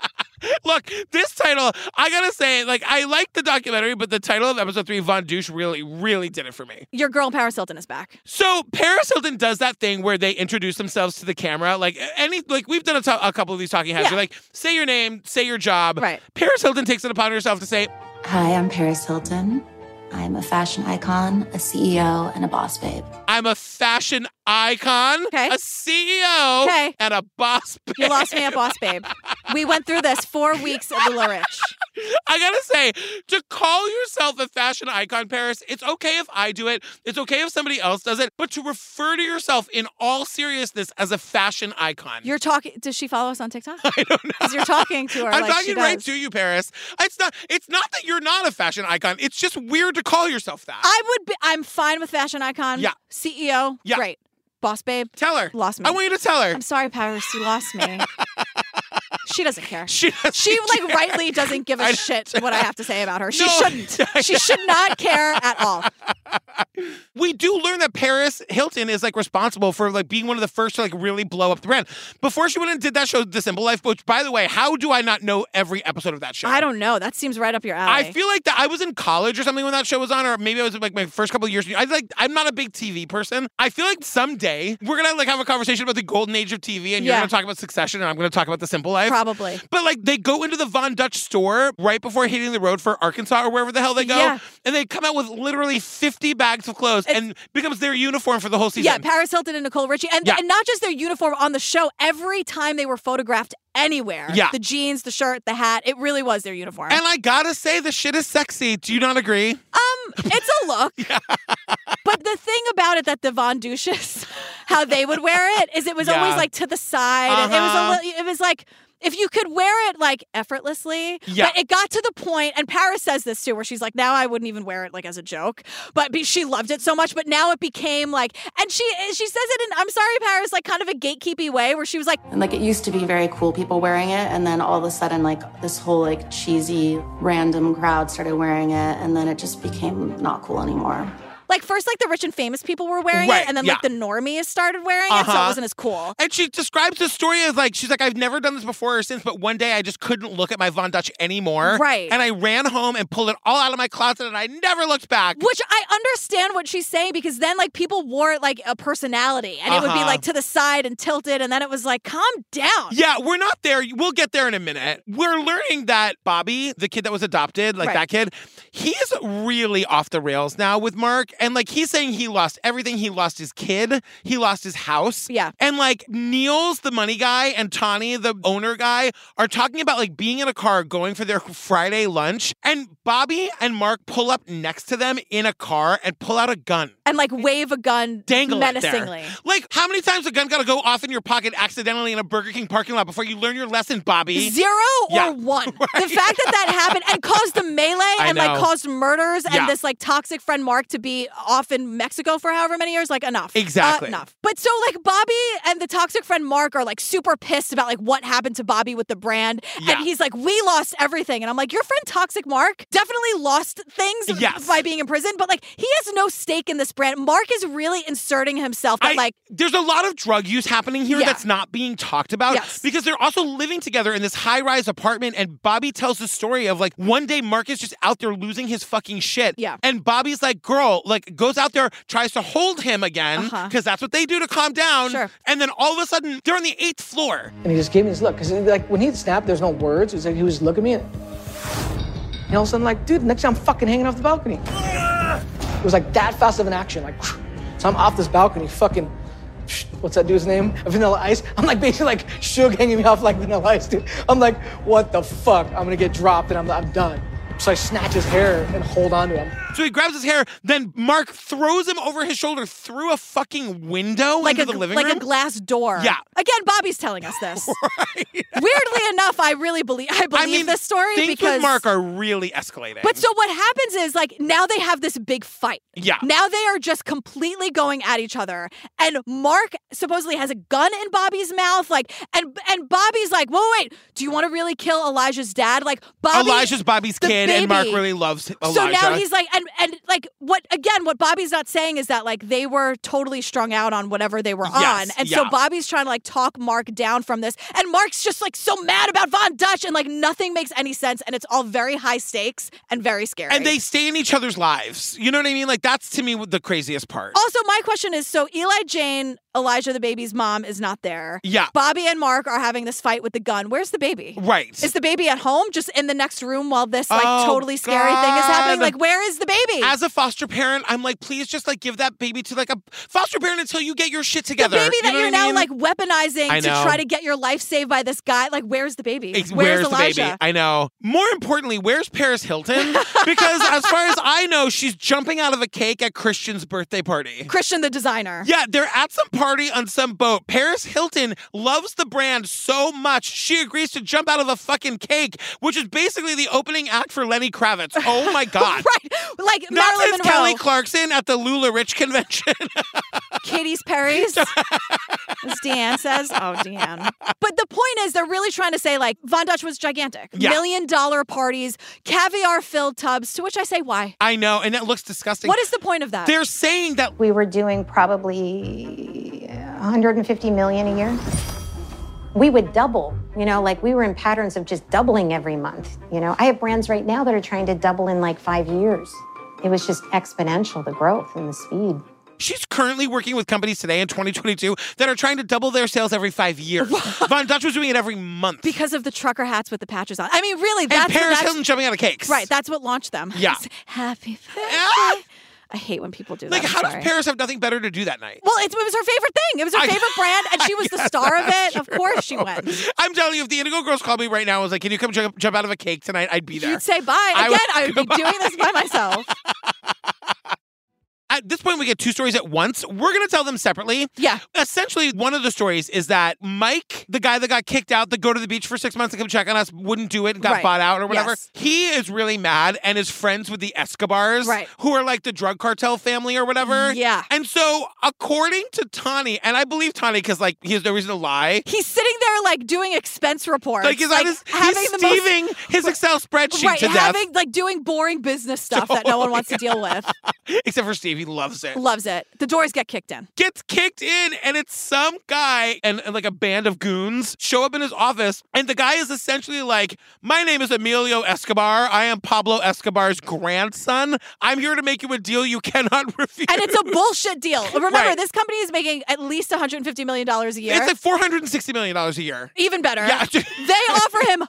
Look, this title, I gotta say, like, I like the documentary, but the title of episode three, Von Douche, really, really did it for me. Your girl Paris Hilton is back. So Paris Hilton does that thing where they introduce themselves to the camera. Like any, like we've done a to- a couple of these talking heads. Yeah. You're like, say your name, say your job. Right. Paris Hilton takes it upon herself to say, Hi, I'm Paris Hilton. I'm a fashion icon, a CEO, and a boss babe. "I'm a fashion icon, Okay. a CEO, Okay. and a boss." You lost me at Boss Babe. We went through this four weeks at Lula Rich. I gotta say, to call yourself a fashion icon, Paris, it's okay if I do it. It's okay if somebody else does it. But to refer to yourself in all seriousness as a fashion icon, You're talking. Does she follow us on TikTok? I don't know. Because you're talking to her. I'm like she talking right does. to you, Paris. It's not. It's not that you're not a fashion icon. It's just weird to call yourself that. I would be. I'm fine with fashion icon. Yeah. CEO. Yeah. Great. Boss babe. tell her. Lost me. I want you to tell her. I'm sorry, Paris. You lost me. she doesn't care. She. doesn't She like care. rightly doesn't give I a shit what I have to say about her. She No. shouldn't. She should not care at all. We do learn that Paris Hilton is like responsible for like being one of the first to like really blow up the brand. Before she went and did that show, The Simple Life, which by the way, how do I not know every episode of that show? I don't know. That seems right up your alley. I feel like that I was in college or something when that show was on, or maybe I was like my first couple of years. I like I'm not a big TV person. I feel like someday we're gonna like have a conversation about the golden age of TV, and you're Yeah. gonna talk about Succession, and I'm gonna talk about The Simple Life. probably. But like they go into the Von Dutch store right before hitting the road for Arkansas or wherever the hell they go, Yeah. and they come out with literally 50 bags of clothes and becomes their uniform for the whole season. Yeah, Paris Hilton and Nicole Richie, and, Yeah. and not just their uniform on the show. Every time they were photographed anywhere, Yeah. the jeans, the shirt, the hat, it really was their uniform. and I gotta say, the shit is sexy. Do you not agree? Um, it's a look. But the thing about it that the Von Douches, how they would wear it, is it was Yeah. always like to the side. and It was a Uh-huh. little, it was like if you could wear it like effortlessly. Yeah. But it got to the point, and Paris says this too, where she's like, now I wouldn't even wear it like as a joke, but be, she loved it so much. But now it became like, and she she says it in I'm sorry, Paris, like kind of a gatekeepy way, where she was like, And like it used to be very cool people wearing it, and then all of a sudden, like this whole like cheesy random crowd started wearing it, and then it just became not cool anymore. like first like the rich and famous people were wearing Right, it, and then like yeah. the normies started wearing it, so it Uh-huh. wasn't as cool. And she describes the story as like she's like I've never done this before or since, but one day I just couldn't look at my Von Dutch anymore. Right. And I ran home and pulled it all out of my closet and I never looked back. Which I understand what she's saying because then like people wore it like a personality and it would be Uh-huh. like to the side and tilted and then it was like calm down. Yeah, we're not there. We'll get there in a minute. We're learning that Bobby, the kid that was adopted, like Right. that kid, he's really off the rails now with Mark. And like he's saying he lost everything. He lost his kid, he lost his house. Yeah. And like Niels, the money guy, and Tawny, the owner guy, are talking about like being in a car going for their Friday lunch. And Bobby and Mark pull up next to them in a car and pull out a gun. And like wave a gun Dangle it there. menacingly. Like, how many times a gun gotta go off in your pocket accidentally in a Burger King parking lot before you learn your lesson, Bobby? Zero or E- Yeah. one. The fact that that happened and caused the melee I and like know. caused murders Yeah. and this like toxic friend Mark to be off in Mexico for however many years, like enough. Exactly. enough. But so like Bobby and the toxic friend Mark are like super pissed about like what happened to Bobby with the brand. Yeah. And he's like, we lost everything. And I'm like, your friend toxic Mark definitely lost things Yes. by being in prison, but like he has no stake in this brand. Mark is really inserting himself that I- like there's a lot of drug use happening here Yeah. that's not being talked about Yes. because they're also living together in this high-rise apartment and Bobby tells the story of like one day Mark is just out there losing his fucking shit Yeah. and Bobby's like girl like goes out there tries to hold him again because Uh-huh. that's what they do to calm down Sure. and then all of a sudden they're on the 8th floor And he just gave me this look. Because, like, when he snapped, there's no words. It was like he was looking at me. And, and all of a sudden, like, dude, next time I'm fucking hanging off the balcony. It was like that fast of an action. Like, so I'm off this balcony, fucking. What's that dude's name? Vanilla Ice. I'm like basically like Suge hanging me off like Vanilla Ice, dude. I'm like, what the fuck? I'm gonna get dropped and I'm, I'm done. So I snatch his hair and hold on to him. so he grabs his hair then Mark throws him over his shoulder through a fucking window like into a the living like room a glass door. Yeah. Again, Bobby's telling us this. Weirdly enough, I really believe I believe I mean this story things because with Mark are really escalating But so what happens is like now they have this big fight. Yeah. Now they are just completely going at each other. And Mark supposedly has a gun in Bobby's mouth like and and Bobby's like, "Whoa, wait. Do you want to really kill Elijah's dad?" Like Bobby Elijah's Bobby's the kid, and Mark baby. really loves Elijah. So now he's like, and and like what again? What Bobby's not saying is that like they were totally strung out on whatever they were Yes, on, and so yeah. Bobby's trying to like talk Mark down from this, and Mark's just like so mad about Von Dutch, and like nothing makes any sense, and it's all very high stakes and very scary. and they stay in each other's lives. You know what I mean? Like that's to me the craziest part. also my question is so Eli Jane, Elijah the baby's mom is not there. yeah, Bobby and Mark are having this fight with the gun. Where's the baby? right. Is the baby at home, just in the next room, while this like Oh, totally scary thing is happening? God. Like, where is the baby? As a foster parent, I'm like, please just like give that baby to like a foster parent until you get your shit the together. baby You that know you're what I now mean? like weaponizing I to know. try to get your life saved by this guy. Like, where's the baby? Ex- where's, Elijah? the baby? I know. More importantly, where's Paris Hilton? Because as far as I know, she's jumping out of a cake at Christian's birthday party. Christian the designer. Yeah, they're at some party on some boat. Paris Hilton loves the brand so much, she agrees to jump out of a fucking cake, which is basically the opening act for Lenny Kravitz. Oh my God. Right, like Not Marilyn since Monroe, Kelly Clarkson at the Lula Rich convention. Katie's Perry's, as Deanne says. Oh, Deanne. But the point is, they're really trying to say like Von Dutch was gigantic, Yeah. million dollar parties, caviar filled tubs. To which I say, why? I know, and that looks disgusting. What is the point of that? They're saying that We were doing probably 150 million a year. We would double, you know, like we were in patterns of just doubling every month. You know, I have brands right now that are trying to double in like five years. It was just exponential, the growth and the speed. she's currently working with companies today in 2022 that are trying to double their sales every five years. Von Dutch was doing it every month. because of the trucker hats with the patches on. I mean, really, and that's Paris that's, Hilton jumping out of cakes. right. That's what launched them. Yeah. Happy birthday. Ah! I hate when people do Like, that. I'm how sorry. does Paris have nothing better to do that night? Well, it, it was her favorite thing. It was her I- favorite brand, and she was the star of it. Of course, she went. I'm telling you, if the Indigo Girls called me right now and was like, can you come jump, jump out of a cake tonight? I'd be there. You'd say bye. I Again, would- I would be doing this by myself. At this point, we get two stories at once. We're going to tell them separately. Yeah. Essentially, one of the stories is that Mike, the guy that got kicked out, that go to the beach for six months to come check on us, wouldn't do it and got Right. bought out or whatever. Yes. He is really mad and is friends with the Escobars, Right. who are like the drug cartel family or whatever. Yeah. And so, according to Tani, and I believe Tani because like he has no reason to lie. He's sitting there like doing expense reports, Like he's, on his, he's most- steving his Excel spreadsheet right, to death. having like doing boring business stuff that no one wants to deal with. Except for Steve, he loves it. Loves it. The doors get kicked in. gets kicked in, and it's some guy and, and, like a band of goons show up in his office, and the guy is essentially like, "My name is Emilio Escobar. I am Pablo Escobar's grandson. I'm here to make you a deal you cannot refuse." And it's a bullshit deal. Remember, Right. this company is making at least $150 million a year. It's like four hundred and sixty million dollars a year. Even better. Yeah. They offer him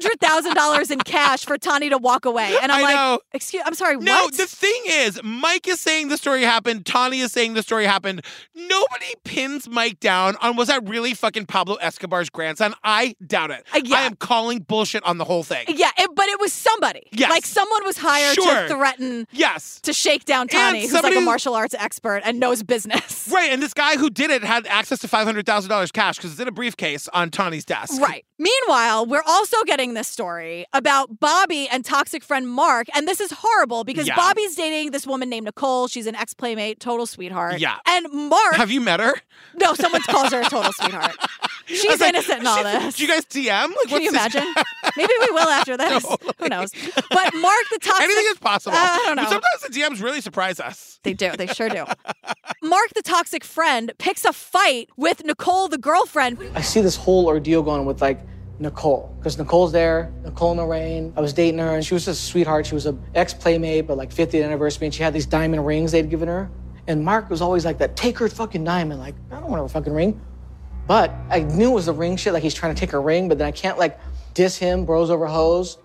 $500,000 in cash for Tani to walk away. And I'm I like, know. excuse, I'm sorry, No, what? the thing is, Mike is saying the story happened. Tani is saying the story happened. Nobody pins Mike down on was that really fucking Pablo Escobar's grandson? I doubt it. Uh, yeah. Uh, I am calling bullshit on the whole thing. yeah, it, but it was somebody. Yes. Like someone was hired to Sure. threaten Yes. to shake down Tani, who's like somebody a who- martial arts expert and knows business. Right, and this guy who did it had access to five hundred thousand dollars cash because it's in a briefcase on Tani's desk. Right. Meanwhile, we're also getting this story about Bobby and toxic friend Mark. And this is horrible because Yeah. Bobby's dating this woman named Nicole. She's an ex playmate, total sweetheart. Yeah. And Mark, Have you met her? no, someone calls her a total sweetheart. I was She's like, innocent in all "Shit, this. Do you guys DM? Like, Can what's you this- imagine? Maybe we will after this. Who knows? But Mark, the toxic. Anything is possible. Uh, I don't But know. Sometimes the DMs really surprise us. They do. They sure do. Mark, the toxic friend, picks a fight with Nicole, the girlfriend. I see this whole ordeal going with like Nicole, because Nicole's there, Nicole and Lorraine. I was dating her, and she was a sweetheart. She was a ex playmate, but like 50th anniversary, and she had these diamond rings they'd given her. And Mark was always like that, take her fucking diamond. Like, I don't want her fucking ring. But I knew it was the ring shit, like he's trying to take her ring, but then I can't like diss him, bros over hoes,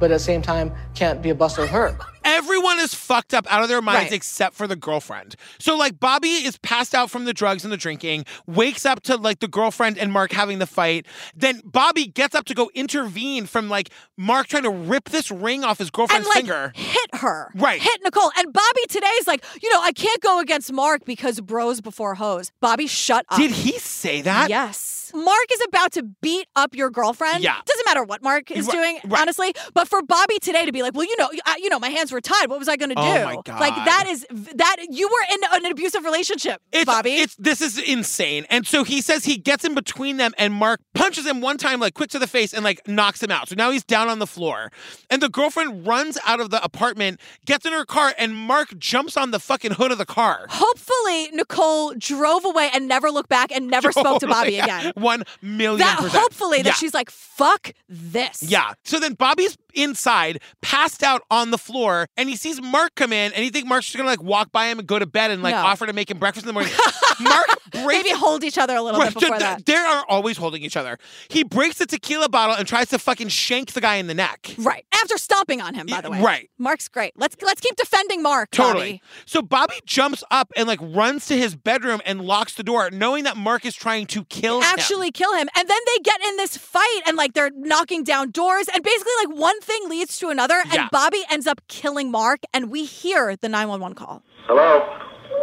but at the same time, can't be a bust with her. Everyone is fucked up out of their minds Right. except for the girlfriend. So like Bobby is passed out from the drugs and the drinking, wakes up to like the girlfriend and Mark having the fight. Then Bobby gets up to go intervene from like Mark trying to rip this ring off his And girlfriend's like finger. hit her, Right. Hit Nicole and Bobby today's like, you know, I can't go against Mark because bros before hoes. Bobby, shut up. Did he say that? Yes. Mark is about to beat up your girlfriend. Yeah. Doesn't matter what Mark is Right, doing, right. honestly. But for Bobby today to be like, well, you know, I, you know, my hands were tied. What was I going to do? Oh my Like God. that is that you were in an abusive relationship, It's, Bobby. It's this is insane. And so he says he gets in between them and Mark punches him one time, like quick to the face, and like knocks him out. So now he's down on the floor. And the girlfriend runs out of the apartment, gets in her car, and Mark jumps on the fucking hood of the car. Hopefully, Nicole drove away and never looked back and never spoke to Bobby again. Oh One million That percent. hopefully that Yeah. she's like, fuck this. Yeah. So then Bobby's inside, passed out on the floor, and he sees Mark come in, and he thinks Mark's just gonna like walk by him and go to bed and like No. offer to make him breakfast in the morning. Mark breaks Maybe hold each other a little bit Right, before th- that. They are always holding each other. He breaks the tequila bottle and tries to fucking shank the guy in the neck. Right. After stomping on him, by the way. Right. Mark's great. Let's let's keep defending Mark. Totally. Bobby. So Bobby jumps up and like runs to his bedroom and locks the door, knowing that Mark is trying to kill him. actually kill him. And then they get in this fight and like they're knocking down doors and basically like one thing leads to another and Yeah. Bobby ends up killing Mark and we hear the 911 call. Hello?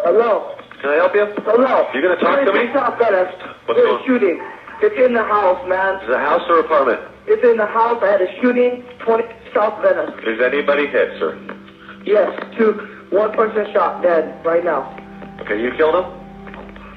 Hello? Can I help you? Hello? You're gonna talk to me? Stop that. What's going on? shooting. It's in the house, man. Is it a house or apartment? It's in the house. I had a shooting. 20 South Venice. Is anybody hit, sir? Yes, two. One person shot dead right now. Okay, you killed him?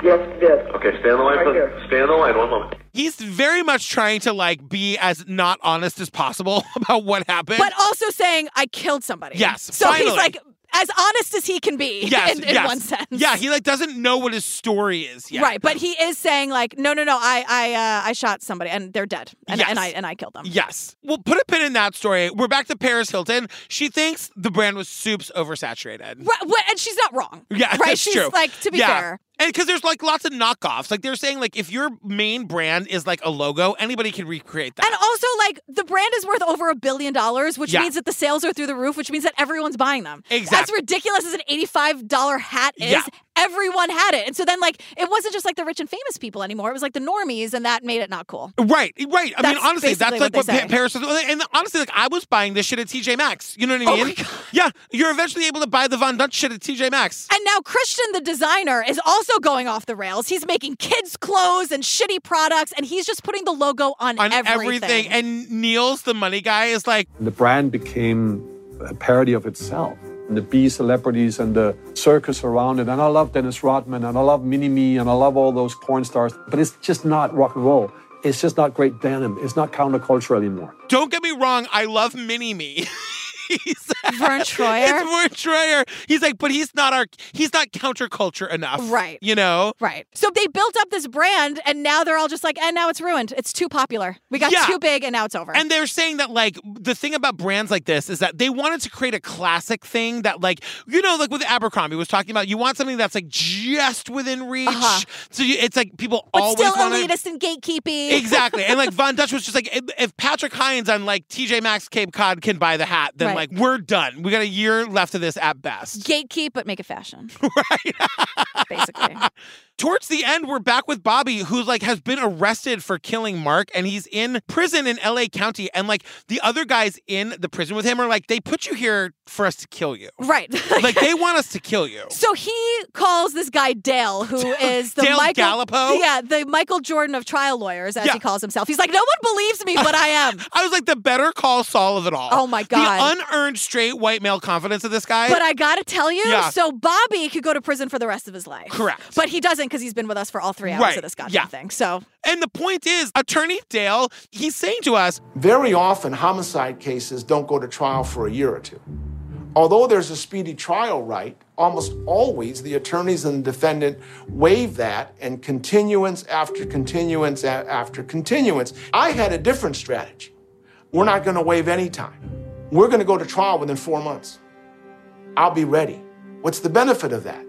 Yes, dead. Okay, stay on the line, Right please. here. Stay on the line, one moment. He's very much trying to like be as not honest as possible about what happened. But also saying I killed somebody. Yes, So finally. he's like as honest as he can be yes, in, in yes. one sense. Yeah, he like doesn't know what his story is yet. Right, but he is saying like, no, no, no, I, I, uh, I shot somebody, and they're dead, and, Yes. and I, and I killed them. Yes. Well, put a pin in that story. We're back to Paris Hilton. She thinks the brand was soups oversaturated. Right, wh- and she's not wrong. Yeah, right. that's she's true. like, to be Yeah. fair, And because there's like lots of knockoffs, like they're saying, like if your main brand is like a logo, anybody can recreate that. And also, like, the brand is worth over a billion dollars, which Yeah. means that the sales are through the roof, which means that everyone's buying them. Exactly. As ridiculous as an $85 hat is, Yeah. everyone had it. And so then, like, it wasn't just like the rich and famous people anymore. It was like the normies, and that made it not cool. Right, right. I That's mean, honestly, that's basically like what what, they say. Pa- Paris was. And honestly, like I was buying this shit at TJ Maxx. You know Oh what I mean? Yeah, you're eventually able to buy the Von Dutch shit at TJ Maxx. And now Christian, the designer, is also going off the rails. He's making kids' clothes and shitty products, and he's just putting the logo on, On everything. And Niels, the money guy, is like, The brand became a parody of itself. And the B celebrities and the circus around it. And I love Dennis Rodman and I love Mini Me and I love all those porn stars. But it's just not rock and roll. It's just not great denim. It's not countercultural anymore. don't get me wrong, I love Mini Me. He's- Vern Troyer? It's Vern Troyer. He's like, but he's not our, he's not counterculture enough. Right. You know? Right. So they built up this brand, and now they're all just like, and now it's ruined. It's too popular. We got Yeah. too big, and now it's over. And they're saying that like the thing about brands like this is that they wanted to create a classic thing that like you know like with Abercrombie was talking about you want something that's like just within reach. Uh-huh. So you, it's like people but always still wanna- elitist and gatekeeping. Exactly. And like Von Dutch was just like, if- if Patrick Hines on like TJ Maxx Cape Cod can buy the hat, then Right. like we're done. We got a year left of this at best. Gatekeep, but make it fashion. Towards the end, we're back with Bobby, who like has been arrested for killing Mark, and he's in prison in LA County. And like the other guys in the prison with him are like, they put you here for us to kill you. Right. like they want us to kill you. So he calls this guy Dale, who is the Dale Michael Gallipo? Yeah, the Michael Jordan of trial lawyers, as Yeah. he calls himself. He's like, no one believes me, but I am. I was like the better call Saul of it all. Oh, my God. The unearned straight white male confidence of this guy. But I gotta tell you, Yeah. so Bobby could go to prison for the rest of his life. Correct. But he doesn't because he's been with us for all three hours of this goddamn yeah. thing. So And the point is, Attorney Dale, he's saying to us, Very often, homicide cases don't go to trial for a year or two. Although there's a speedy trial right, almost always the attorneys and the defendant waive that and continuance after continuance a- after continuance. I had a different strategy. We're not going to waive any time. We're going to go to trial within four months. I'll be ready. What's the benefit of that?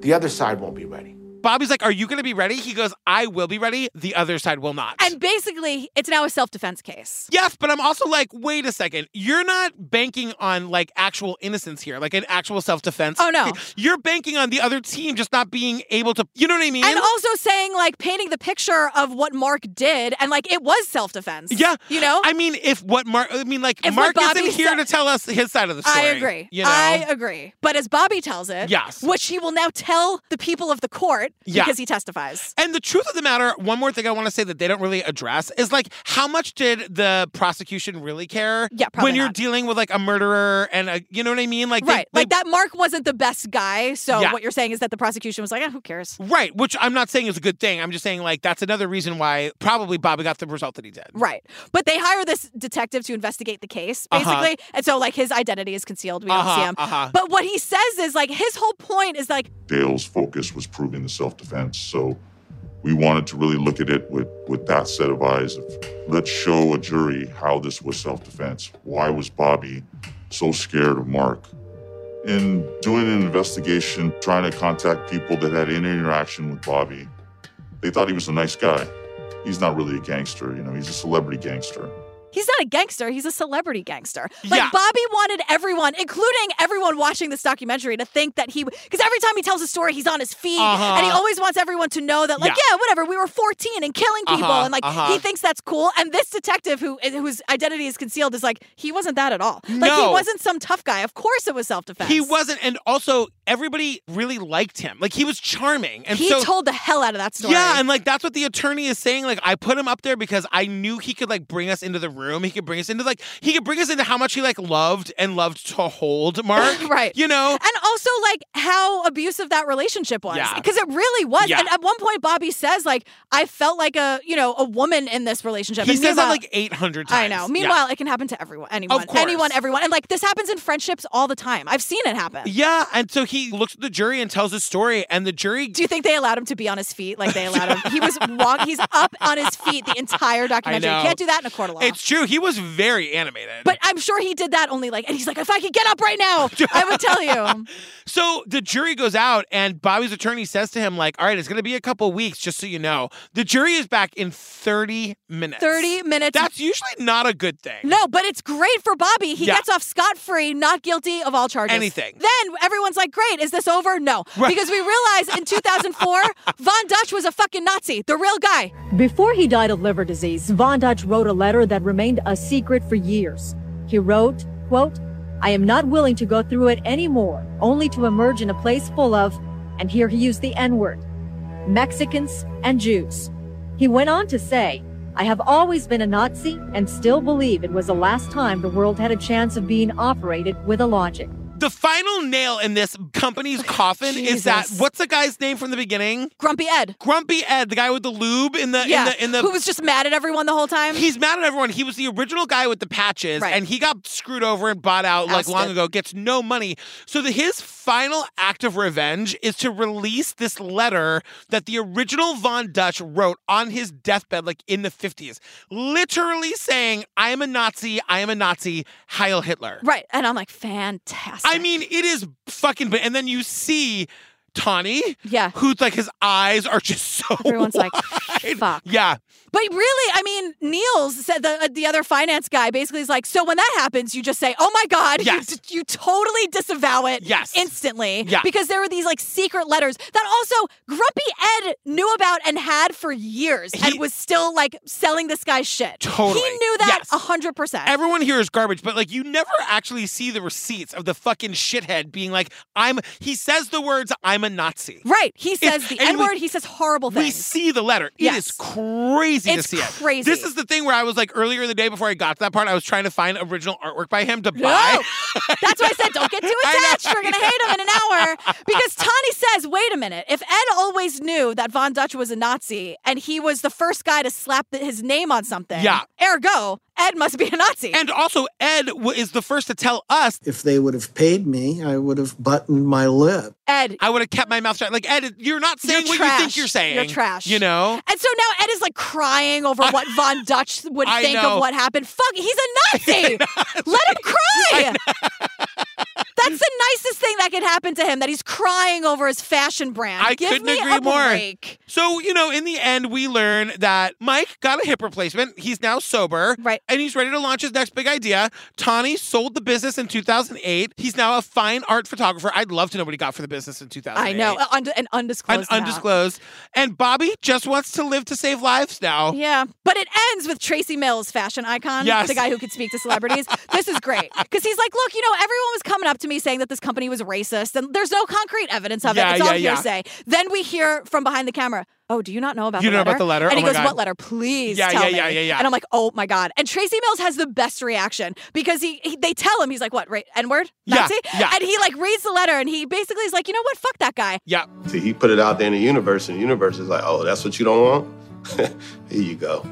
The other side won't be ready. Bobby's like, Are you going to be ready? He goes, I will be ready. The other side will not. and basically it's now a self-defense case. Yes, but I'm also like, wait a second. You're not banking on like actual innocence here, like an actual self defense. Oh, no. You're banking on the other team just not being able to, you know what I mean? And also saying like painting the picture of what Mark did and like it was self-defense. yeah. You know? I mean, if what Mark, I mean, like, If what Mark Bobby isn't here said- to tell us his side of the I story. agree. You know? I agree. But as Bobby tells it, Yes. which he will now tell the people of the court Yeah. because he testifies. And the truth of the matter, one more thing I want to say that they don't really address is like how much did the prosecution really care? Yeah, probably when you're not. dealing with like a murderer and a, you know what I mean? Like they- right. they- like that Mark wasn't the best guy. So Yeah. what you're saying is that the prosecution was like, eh, who cares? Right, which I'm not saying is a good thing. I'm just saying like that's another reason why probably Bobby got the result that he did. Right. But they hire this detective to investigate the case, Uh-huh. basically. And so, like, his identity is concealed. We don't see Uh-huh, him. uh-huh. But what he says is, like, his whole point is, like, Dale's focus was proving the self-defense. So we wanted to really look at it with, with that set of eyes of let's show a jury how this was self-defense. Why was Bobby so scared of Mark? In doing an investigation, trying to contact people that had any interaction with Bobby, they thought he was a nice guy. He's not really a gangster, you know, he's a celebrity gangster. he's not a gangster. He's a celebrity gangster. Like, Yeah. Bobby wanted everyone, including everyone watching this documentary, to think that he, because every time he tells a story, he's on his feet. Uh-huh. And he always wants everyone to know that, like, yeah, Yeah. whatever, we were 14 and killing people. Uh-huh, and, like, uh-huh. he thinks that's cool. And this detective who eh, whose identity is concealed is like, he wasn't that at all. Like, he No. wasn't some tough guy. Of course it was self defense. He wasn't, and also everybody really liked him. Like he was charming, and he so told the hell out of that story. yeah, and like that's what the attorney is saying. Like I put him up there because I knew he could like bring us into the room. He could bring us into like he could bring us into how much he like loved and loved to hold Mark. right. You know. And also like how abusive that relationship was. Yeah. Because it really was. Yeah. And at one point Bobby says, like, I felt like a, you know, a woman in this relationship. he And says that meanwhile- like 800 times. I know. Yeah. Meanwhile, it can happen to everyone, anyone, course. anyone, everyone, and like this happens in friendships all the time. I've seen it happen. Yeah, and so he looks at the jury and tells his story, and the jury. Do you think they allowed him to be on his feet? Like they allowed him. He was walk. He's up on his feet the entire documentary. You know. can't do that in a court of law. It's true. He was very animated. but I'm sure he did that only like, and he's like, if I could get up right now, I would tell you. So the jury goes out, and Bobby's attorney says to him, like, all right, it's going to be a couple weeks, just so you know. The jury is back in 30 minutes. 30 minutes. That's usually not a good thing. No, but it's great for Bobby. He Yeah. gets off scot free, not guilty of all charges. Anything. Then everyone's like, great, great. Is this over? No. Because we realize in 2004, Von Dutch was a fucking Nazi, the real guy. Before he died of liver disease, Von Dutch wrote a letter that remained a secret for years. He wrote, quote, I am not willing to go through it anymore, only to emerge in a place full of, and here he used the N-word, Mexicans and Jews. He went on to say, I have always been a Nazi and still believe it was the last time the world had a chance of being operated with a logic. The final nail in this company's coffin is that Jesus. what's the guy's name from the beginning? Grumpy Ed. Grumpy Ed, the guy with the lube in the yeah. in the in the Who was just mad at everyone the whole time? He's mad at everyone. He was the original guy with the patches, Right. and he got screwed over and bought out like Ousted. long ago. Gets no money. So the, his final act of revenge is to release this letter that the original Von Dutch wrote on his deathbed, like in the fifties, literally saying, "I am a Nazi. I am a Nazi. Heil Hitler." Right. And I'm like, fantastic. I mean, it is fucking. ba- And then you see Tawny, Yeah. who's like his eyes are just so. Everyone's like, wide. fuck. Yeah. But really, I mean, Niels said the uh, the other finance guy basically is like, so when that happens, you just say, "Oh my god," you Yes. d- you, totally disavow it Yes. instantly Yeah. because there were these like secret letters that also Grumpy Ed knew about and had for years and was still like selling this guy's shit. Totally. he knew that Yes. hundred percent. Everyone here is garbage, but like you never actually see the receipts of the fucking shithead being like, I'm he says the words I'm a Nazi. Right. He It's- says the and N word. we- He says horrible We things. see the letter. It Yes. is crazy It's to see crazy. it. This is the thing where I was like earlier in the day before I got to that part, I was trying to find original artwork by him to buy. Oh, That's why I said don't get too attached. We're gonna hate him in an hour because Tani says, "Wait a minute! If Ed always knew that Von Dutch was a Nazi and he was the first guy to slap th- his name on something, Yeah. ergo Ed must be a Nazi." And also, Ed w- is the first to tell us If they would have paid me, I would have buttoned my lip. Ed, I would have kept my mouth shut. Like Ed, you're not saying what you think trash. you're saying. You're trash. You know? and so now Ed is like crying over what Von Dutch would I think know. of what happened. Fuck, he's a Nazi. Let him cry. That's the nicest thing that could happen to him that he's crying over his fashion brand. I Give couldn't me agree a more. break. So, you know, in the end, we learn that Mike got a hip replacement. He's now sober. Right. And he's ready to launch his next big idea. Tawny sold the business in 2008. He's now a fine art photographer. I'd love to know what he got for the business in 2008. I know, uh, und- an An undisclosed. amount. undisclosed. And Bobby just wants to live to save lives now. Yeah, but it ends with Tracy Mills, fashion icon, Yes. the guy who could speak to celebrities. this is great because he's like, look, you know, everyone was coming up to me saying that this company was racist, and there's no concrete evidence of Yeah, it. It's all yeah, yeah. hearsay. Then we hear from behind the camera. Oh, do you not know about You the don't know letter? about the letter? And he Oh my goes, God. What letter? Please Yeah, tell yeah, me. yeah, yeah, yeah. And I'm like, Oh my God. And Tracy Mills has the best reaction because he, he they tell him, he's like, What, right? N word? Yeah, Nazi? yeah. And he like reads the letter and he basically is like, You know what? Fuck that guy. Yeah. See, he put it out there in the universe, and the universe is like, oh, that's what you don't want? Here you go.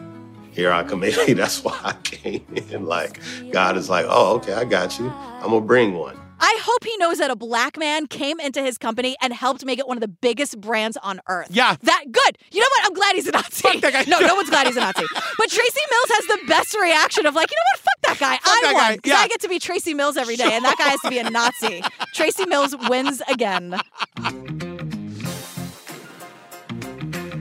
Here I come in. That's why I came in. Like, God is like, oh, okay, I got you. I'm going to bring one. I hope he knows that a black man came into his company and helped make it one of the biggest brands on earth. Yeah. That good. You know what? I'm glad he's a Nazi. No, no one's glad he's a Nazi. But Tracy Mills has the best reaction of like, you know what? Fuck that guy. I that won. guy. 'Cause Yeah. I get to be Tracy Mills every day, and that guy has to be a Nazi. Tracy Mills wins again.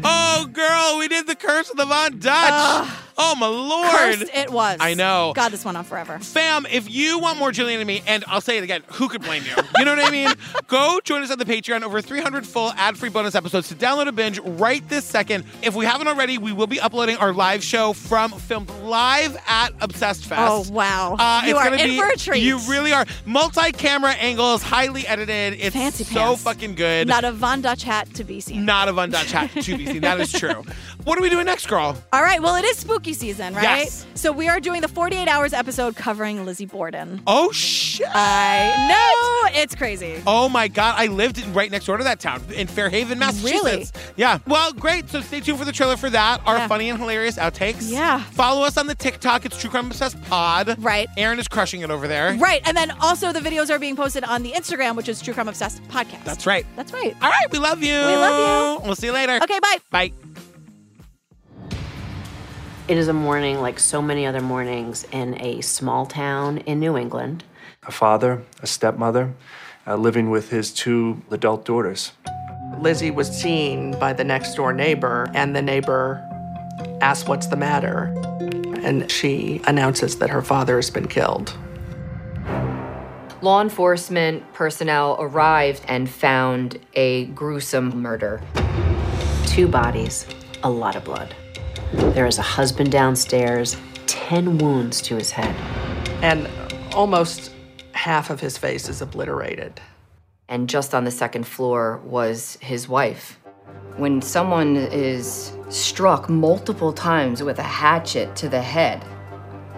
Oh, girl, we did the curse of the Von Dutch. oh, my lord. Cursed it was. I know. God, this went on forever. Fam, if you want more Jillian and me, and I'll say it again, who could blame you? You know what I mean? Go join us on the Patreon. Over 300 full ad-free bonus episodes to download a binge right this second. If we haven't already, we will be uploading our live show from filmed live at Obsessed Oh, Fest. wow. Uh, You it's are gonna in be- for a treat. You really are. Multi-camera angles, highly edited. It's Fancy so pants. fucking good. Not a Von Dutch hat to be seen. Not a Von Dutch hat to be seen. That is true. What are we doing next, girl? All right, well, it is spooky season, right? Yes. So we are doing the 48 hours episode covering Lizzie Borden. Oh, shit. I know. It's crazy. Oh my God, I lived in, right next door to that town in Fairhaven, Massachusetts. Really? Yeah. Well, great. So stay tuned for the trailer for that. Our Yeah. funny and hilarious outtakes. Yeah. Follow us on the TikTok. It's True Crime Obsessed Pod. Right. Aaron is crushing it over there. Right. And then also the videos are being posted on the Instagram, which is True Crime Obsessed Podcast. That's right. That's right. All right. We love you. We love you. We'll see you later. Okay, bye. Bye. It is a morning like so many other mornings in a small town in New England. a father, a stepmother, uh, living with his two adult daughters. Lizzie was seen by the next door neighbor, and the neighbor asked, What's the matter? And she announces that her father has been killed. Law enforcement personnel arrived and found a gruesome murder. Two bodies, a lot of blood. There is a husband downstairs, 10 wounds to his head. And almost half of his face is obliterated. And just on the second floor was his wife. When someone is struck multiple times with a hatchet to the head,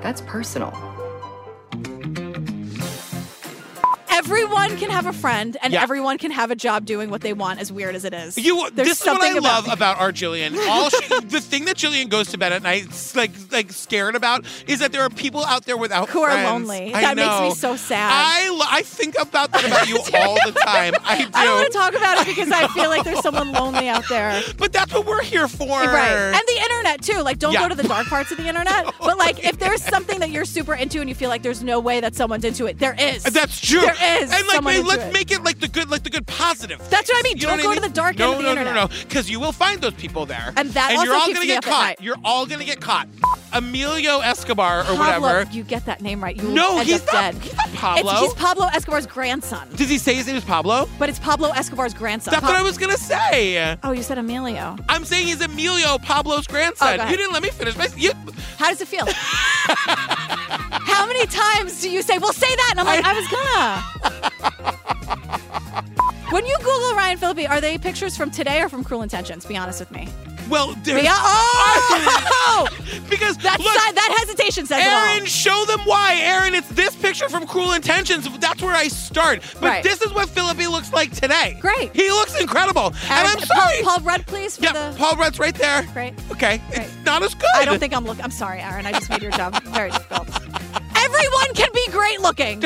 that's personal. Everyone can have a friend, and Yeah. everyone can have a job doing what they want. As weird as it is, You. There's this is what I something about- love about our Jillian. All she, the thing that Jillian goes to bed at night s- like like scared about is that there are people out there without who are friends. lonely. I that know. makes me so sad. I lo- I think about that about you all the time. I do. I don't want to talk about it because I feel like there's someone lonely out there. But that's what we're here for. Right. And the internet too. Like don't Yeah. go to the dark parts of the internet. But like if there's something that you're super into and you feel like there's no way that someone's into it, there is. That's true. There is. And like, someone wait, into let's it. make it like the good, like the good positive. That's what I things. mean. You Don't know go what to I mean? the dark no, end of the no, internet. No, no, no, Because you will find those people there. And that you're also all keeps me gonna get up at caught. night. You're all gonna get caught. Emilio Escobar or Pablo, whatever. You get that name right. You No, end he's up not- dead. he's not Pablo. It's, he's Pablo Escobar's grandson. Does he say his name is Pablo? But it's Pablo Escobar's grandson. That's what Pa- I was gonna say. Oh, you said Emilio. I'm saying he's Emilio Pablo's Oh, grandson. go ahead. you didn't let me finish my. You, How does it feel? How many times do you say, well, say that? And I'm like, I, was gonna. when you Google Ryan Phillippe, are they pictures from today or from Cruel Intentions? Be honest with me. well, there's. Be- oh! because That's look, si- that hesitation says it Aaron, all. show them why. Aaron, it's this picture from Cruel Intentions. That's where I start. But Right. this is what Philippi looks like today. Great. He looks incredible. Aaron- and I'm sorry. Paul, Paul Rudd, please. For yeah, the... Paul Rudd's right there. Great. Okay. It's not as good. I don't think I'm looking. I'm sorry, Aaron. I just made your job very difficult. Everyone can be great looking.